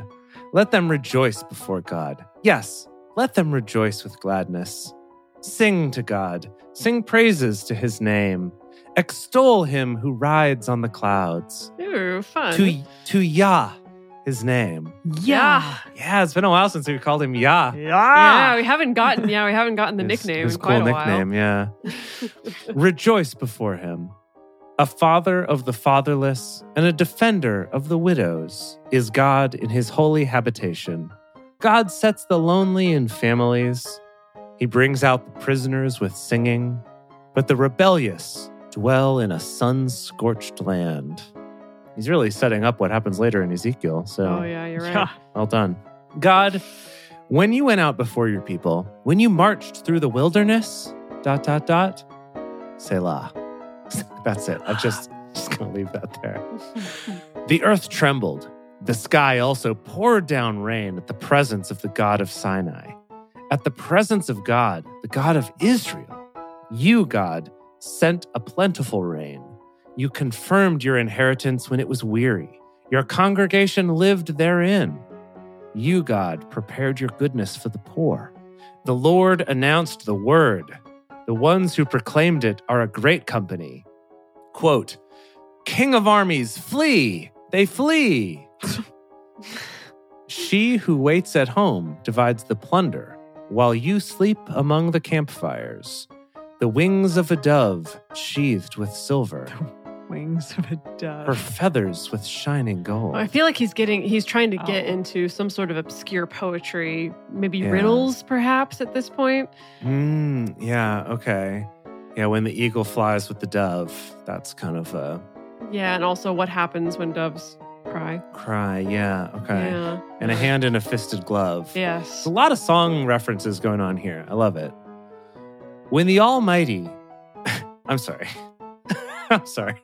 S1: Let them rejoice before God. Yes, let them rejoice with gladness. Sing to God, sing praises to his name, extol him who rides on the clouds.
S3: Ooh, fun.
S1: To, to Yah, his name.
S3: yeah.
S1: Yeah, it's been a while since we called him Yah. Ah.
S3: Yeah, we haven't gotten. Yeah, we haven't gotten the
S1: His-
S3: nickname
S1: His
S3: in
S1: cool
S3: quite a
S1: nickname,
S3: *laughs*
S1: yeah. Rejoice before him. A father of the fatherless and a defender of the widows is God in his holy habitation. God sets the lonely in families. He brings out the prisoners with singing, but the rebellious dwell in a sun scorched land. He's really setting up what happens later in Ezekiel. So,
S3: while. Oh yeah, you're right.
S2: Yeah.
S1: well done. God, when you went out before your people, when you marched through the wilderness, dot, dot, dot, Selah. *laughs* That's it. I'm just, just going to leave that there. The earth trembled. The sky also poured down rain at the presence of the God of Sinai. At the presence of God, the God of Israel, you, God, sent a plentiful rain. You confirmed your inheritance when it was weary. Your congregation lived therein. You, God, prepared your goodness for the poor. The Lord announced the word. The ones who proclaimed it are a great company. Quote, King of armies, flee! They flee!
S3: *laughs*
S1: she who waits at home divides the plunder, while you sleep among the campfires. The wings of a dove sheathed with silver,
S2: *laughs* Wings of a
S3: *laughs*
S1: her
S2: dove.
S1: feathers with shining gold.
S3: I feel like he's getting. He's trying to get
S2: Oh.
S3: into some sort of obscure poetry, maybe
S1: Yeah.
S3: riddles, perhaps at this point.
S1: Mm, yeah, okay. Yeah, when the eagle flies with the dove, that's kind of a
S3: Yeah, and also what happens when doves cry.
S1: cry. Yeah, okay.
S3: Yeah.
S1: And a hand in a fisted glove. It's
S3: Yes.
S1: a lot of song references going on here. I love it. When the Almighty, *laughs* I'm sorry. *laughs* I'm sorry.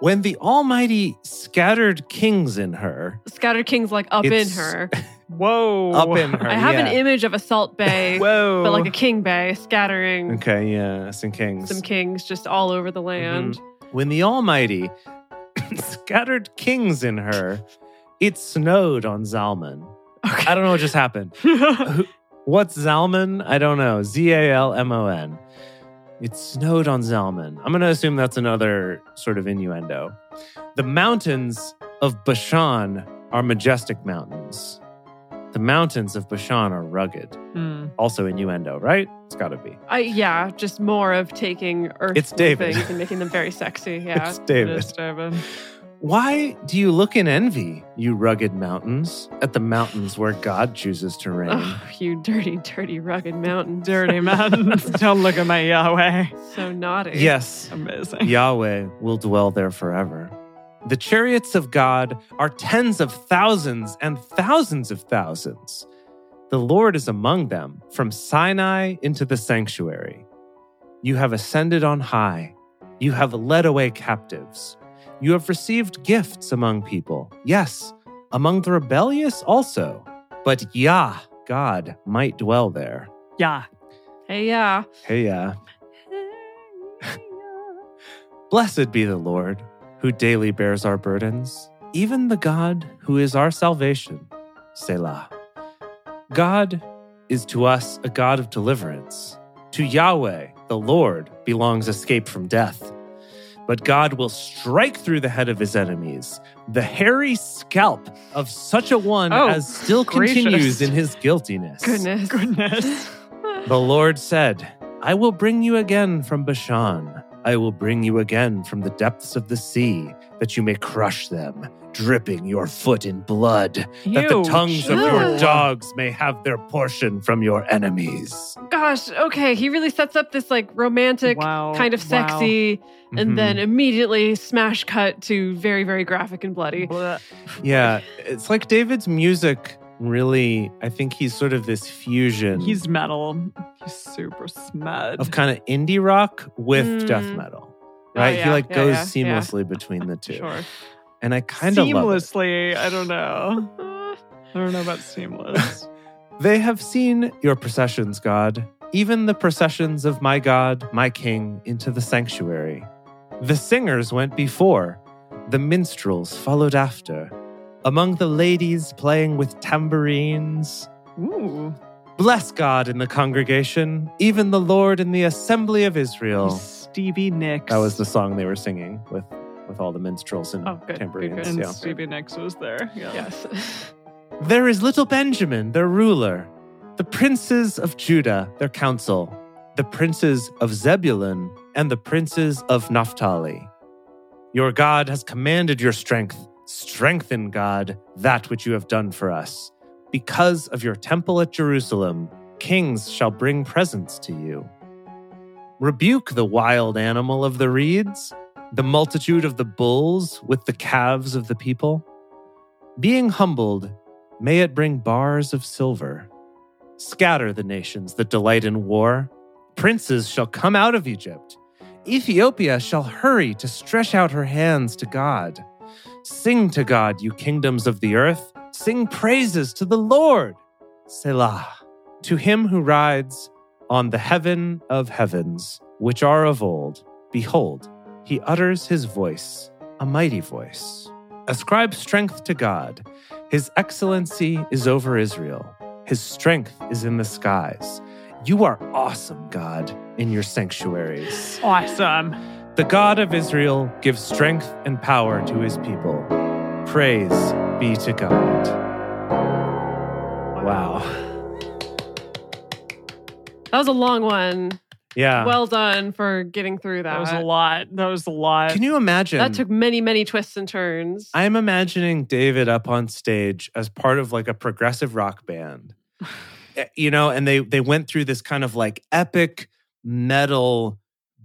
S1: When the Almighty scattered kings in her,
S3: Scattered King's like up
S1: It's-
S3: in
S1: *laughs*
S3: her.
S2: Whoa.
S1: up
S2: *laughs*
S1: in her.
S3: I have an
S1: yeah.
S3: image of a
S1: *laughs*
S3: salt bay,
S2: Whoa.
S3: but like a king bay scattering
S1: Okay, yeah, some kings. Mm-hmm.
S3: some kings just all over the land.
S1: When the Almighty *coughs* scattered kings in her, it snowed on Zalman.
S3: Okay.
S1: I don't know what just happened. Who- What's Zalman? I don't know. Z A L M O N. It snowed on Zalman. I'm going to assume that's another sort of innuendo. The mountains of Bashan are majestic mountains. The mountains of Bashan are rugged.
S2: Hmm.
S1: Also innuendo, right? It's got to be.
S3: I, yeah, just more of taking earth
S1: It's David.
S3: things and making them
S1: *laughs*
S3: very sexy. Yeah.
S1: it's David.
S2: Yes, David.
S1: Why do you look in envy, you rugged mountains, at the mountains where God chooses to reign?
S3: Oh, you dirty, dirty, rugged mountain.
S2: Dirty
S3: *laughs*
S2: man. Don't look at my Yahweh.
S3: So naughty.
S1: yes,
S2: Amazing.
S1: Yahweh will dwell there forever. The chariots of God are tens of thousands and thousands of thousands. The Lord is among them, from Sinai into the sanctuary. You have ascended on high. You have led away captives. You have received gifts among people. Yes, among the rebellious also. But Yah, God, might dwell there.
S2: Yeah.
S3: *laughs* Hey, yeah.
S1: Hey, uh. yeah. *laughs* Blessed be the Lord, who daily bears our burdens, even the God who is our salvation. Selah. God is to us a God of deliverance. To Yahweh, the Lord, belongs escape from death. But God will strike through the head of his enemies, the hairy scalp of such a one
S3: Oh,
S1: as still
S3: gracious.
S1: continues in his guiltiness.
S3: Goodness.
S2: Goodness.
S1: The Lord said, I will bring you again from Bashan. I will bring you again from the depths of the sea, that you may crush them, dripping your foot in blood, that the
S2: Ew.
S1: tongues of your
S3: Ew.
S1: dogs may have their portion from your enemies.
S3: Gosh, okay. He really sets up this like romantic,
S2: Wow.
S3: kind of
S2: Wow.
S3: sexy,
S1: Mhm.
S3: and then immediately smash cut to very, very graphic and bloody.
S2: Blech.
S1: yeah, it's like David's music really, I think he's sort of this fusion
S2: He's metal. He's super smud.
S1: of kind of indie rock with
S3: Mm.
S1: death metal.
S3: Oh,
S1: Right? he
S3: yeah,
S1: like
S3: yeah,
S1: goes
S3: yeah, yeah.
S1: seamlessly between the two.
S3: Sure.
S1: And I kind of love it.
S2: seamlessly. I don't know.
S3: Uh,
S2: I don't know about
S1: *laughs*
S2: seamless.
S1: They have seen your processions, God, even the processions of my God, my King, into the sanctuary. The singers went before, the minstrels followed after, among the ladies playing with tambourines.
S2: Ooh,
S1: Bless God in the congregation, even the Lord in the assembly of Israel.
S2: Stevie Nicks.
S1: That was the song they were singing with, with all the minstrels and
S2: oh, good, good,
S1: tambourines.
S2: good. And
S1: yeah.
S2: Stevie Nicks was there. Yeah.
S3: Yes. *laughs*
S1: There is little Benjamin, their ruler, the princes of Judah, their council, the princes of Zebulun, and the princes of Naphtali. Your God has commanded your strength. Strengthen, God, that which you have done for us. Because of your temple at Jerusalem, kings shall bring presents to you. Rebuke the wild animal of the reeds, the multitude of the bulls with the calves of the people. Being humbled, May it bring bars of silver. Scatter the nations that delight in war. Princes shall come out of Egypt. Ethiopia shall hurry to stretch out her hands to God. Sing to God, you kingdoms of the earth. Sing praises to the Lord. Selah. To him who rides on the heaven of heavens, which are of old, behold, he utters his voice, a mighty voice. Ascribe strength to God. His excellency is over Israel. His strength is in the skies. You are awesome, God, in your sanctuaries.
S2: Awesome.
S1: The God of Israel gives strength and power to his people. Praise be to God. Wow.
S3: That was a long one.
S1: Yeah.
S3: well done for getting through that.
S2: That was a lot. That was a lot.
S1: can you imagine?
S3: That took many, many twists and turns.
S1: I'm imagining David up on stage as part of like a progressive rock
S2: *sighs*
S1: band. Eh, you know, and they they went through this kind of like epic metal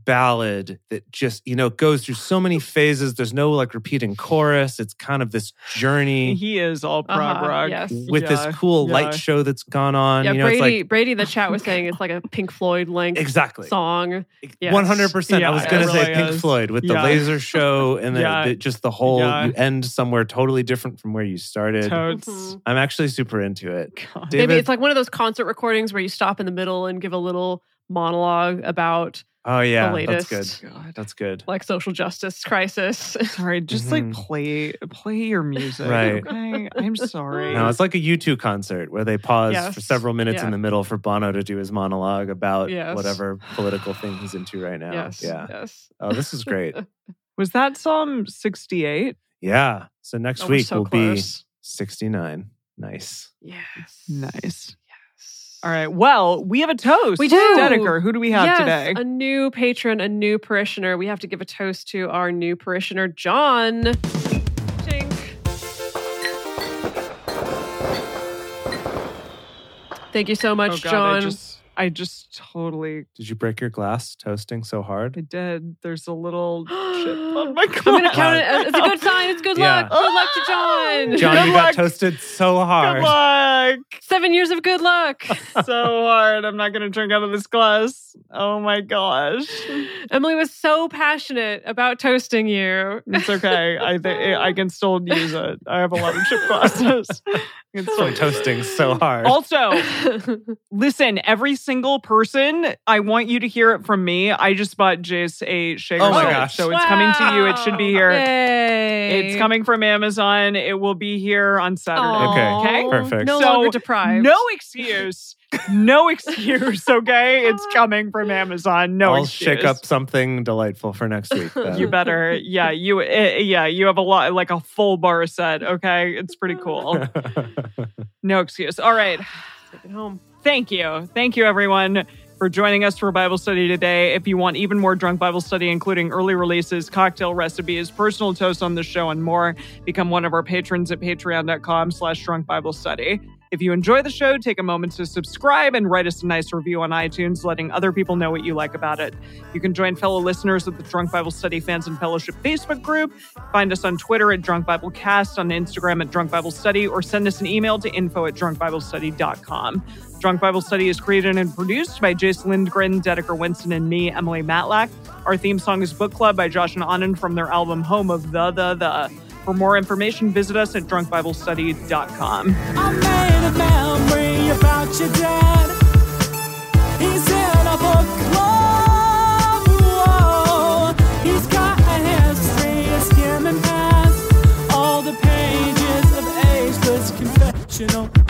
S1: ballad that just, you know, goes through so
S2: *laughs*
S1: many phases. There's no like repeating chorus. It's kind of this
S2: *laughs*
S1: journey
S2: he is all prog
S3: Uh-huh,
S2: rock.
S3: yes.
S1: with
S2: Yeah,
S1: this cool
S2: yeah.
S1: light show that's gone on.
S3: yeah,
S1: you know,
S3: Brady,
S1: it's *laughs*
S3: Brady, the chat was saying it's like a Pink Floyd
S1: like
S3: length
S1: exactly.
S3: song. Yes.
S1: One hundred percent. I
S2: Yeah,
S1: was
S2: it
S1: gonna say
S2: really
S1: Pink
S2: is.
S1: Floyd with
S2: Yeah.
S1: the laser show, and then
S2: *laughs* Yeah.
S1: the- just the whole
S2: Yeah.
S1: you end somewhere totally different from where you started.
S2: Totes.
S3: Mhm.
S1: I'm actually super into it.
S2: God.
S1: David,
S3: Maybe it's like one of those concert recordings where you stop in the middle and give a little monologue about
S1: oh yeah,
S3: the latest
S1: that's good. That's good.
S3: like social justice crisis.
S2: Sorry, just
S1: Mhm.
S2: like play play your music.
S1: Right.
S2: Okay. I'm sorry.
S1: No, it's like a U2 concert where they pause
S3: Yes.
S1: for several minutes in
S3: Yeah.
S1: the middle for Bono to do his monologue about
S3: Yes.
S1: whatever political thing he's into right now.
S3: yes.
S1: Yeah.
S3: Yes.
S1: Oh, this is
S3: *laughs*
S1: great.
S2: was that Psalm 68?
S1: yeah. So next
S3: Oh, we're
S1: week
S3: so
S1: will
S3: close.
S1: be 69. Nice.
S3: Yes.
S2: Nice. All right. Well, we have a toast.
S3: We do.
S2: Dedeker, who do we have
S3: yes,
S2: today?
S3: A new patron, a new parishioner. We have to give a toast to our new parishioner, John. Tink. Thank you so much,
S2: oh God, I
S3: John. *gasps*
S2: just I just totally
S1: Did you break your glass toasting so
S2: I
S3: *laughs*
S1: hard?
S2: did. There's a
S3: *gasps*
S2: little chip on my glass.
S3: I'm gonna count it. as- It's a good sign. It's good
S1: Yeah.
S3: luck. Good luck to
S2: *laughs*
S3: John.
S1: John,
S2: Good
S1: you got
S2: luck.
S1: toasted so
S2: *laughs* Good
S1: hard.
S2: luck.
S3: *laughs* Seven years of good luck. *laughs*
S2: so hard. I'm not gonna drink out of this glass. Oh my gosh.
S3: Emily was so passionate about toasting you.
S2: It's okay. I th- I can still use it. I have a lot of chip glasses.
S3: *laughs*
S2: I can still
S1: From toasting so hard.
S2: Also, listen, every single person, I want you to hear it from me. I just bought Jace a shaker
S1: Oh my
S2: set,
S1: gosh.
S2: so it's coming to you. It should be here.
S3: Yay.
S2: It's coming from Amazon. It will be here on Saturday.
S1: Aw.
S2: Okay.
S1: Perfect.
S3: No
S2: So,
S3: longer deprived.
S2: No excuse. No *laughs* excuse, okay? It's coming from Amazon. No
S1: I'll
S2: excuse.
S1: shake up something delightful for next
S3: *laughs*
S1: week. then.
S2: You better. Yeah, you eh, yeah, you have a lot like a full bar set, okay? It's pretty cool.
S1: *laughs*
S2: No excuse. All right.
S3: Ah, Take it home.
S2: thank you. Thank you, everyone, for joining us for Bible study today. If you want even more drunk Bible study, including early releases, cocktail recipes, personal toast on the show, and more, become one of our patrons at patreon.com slash drunk Bible study. If you enjoy the show, take a moment to subscribe and write us a nice review on iTunes, letting other people know what you like about it. You can join fellow listeners at the Drunk Bible Study Fans and Fellowship Facebook group. Find us on Twitter at Drunk Bible Cast, on Instagram at Drunk Bible Study, or send us an email to info at drunkbiblestudy.com. Drunk Bible Study is created and produced by Jace Lindgren, Dedeker Winston, and me, Emily Matlack. Our theme song is Book Club by Josh and Anand from their album Home of the The The. For more information, visit us at drunkbiblestudy.com.
S6: I made a memory about your dad. He's in a book club. Whoa. He's got a history of skimming past all the pages of ageless confessional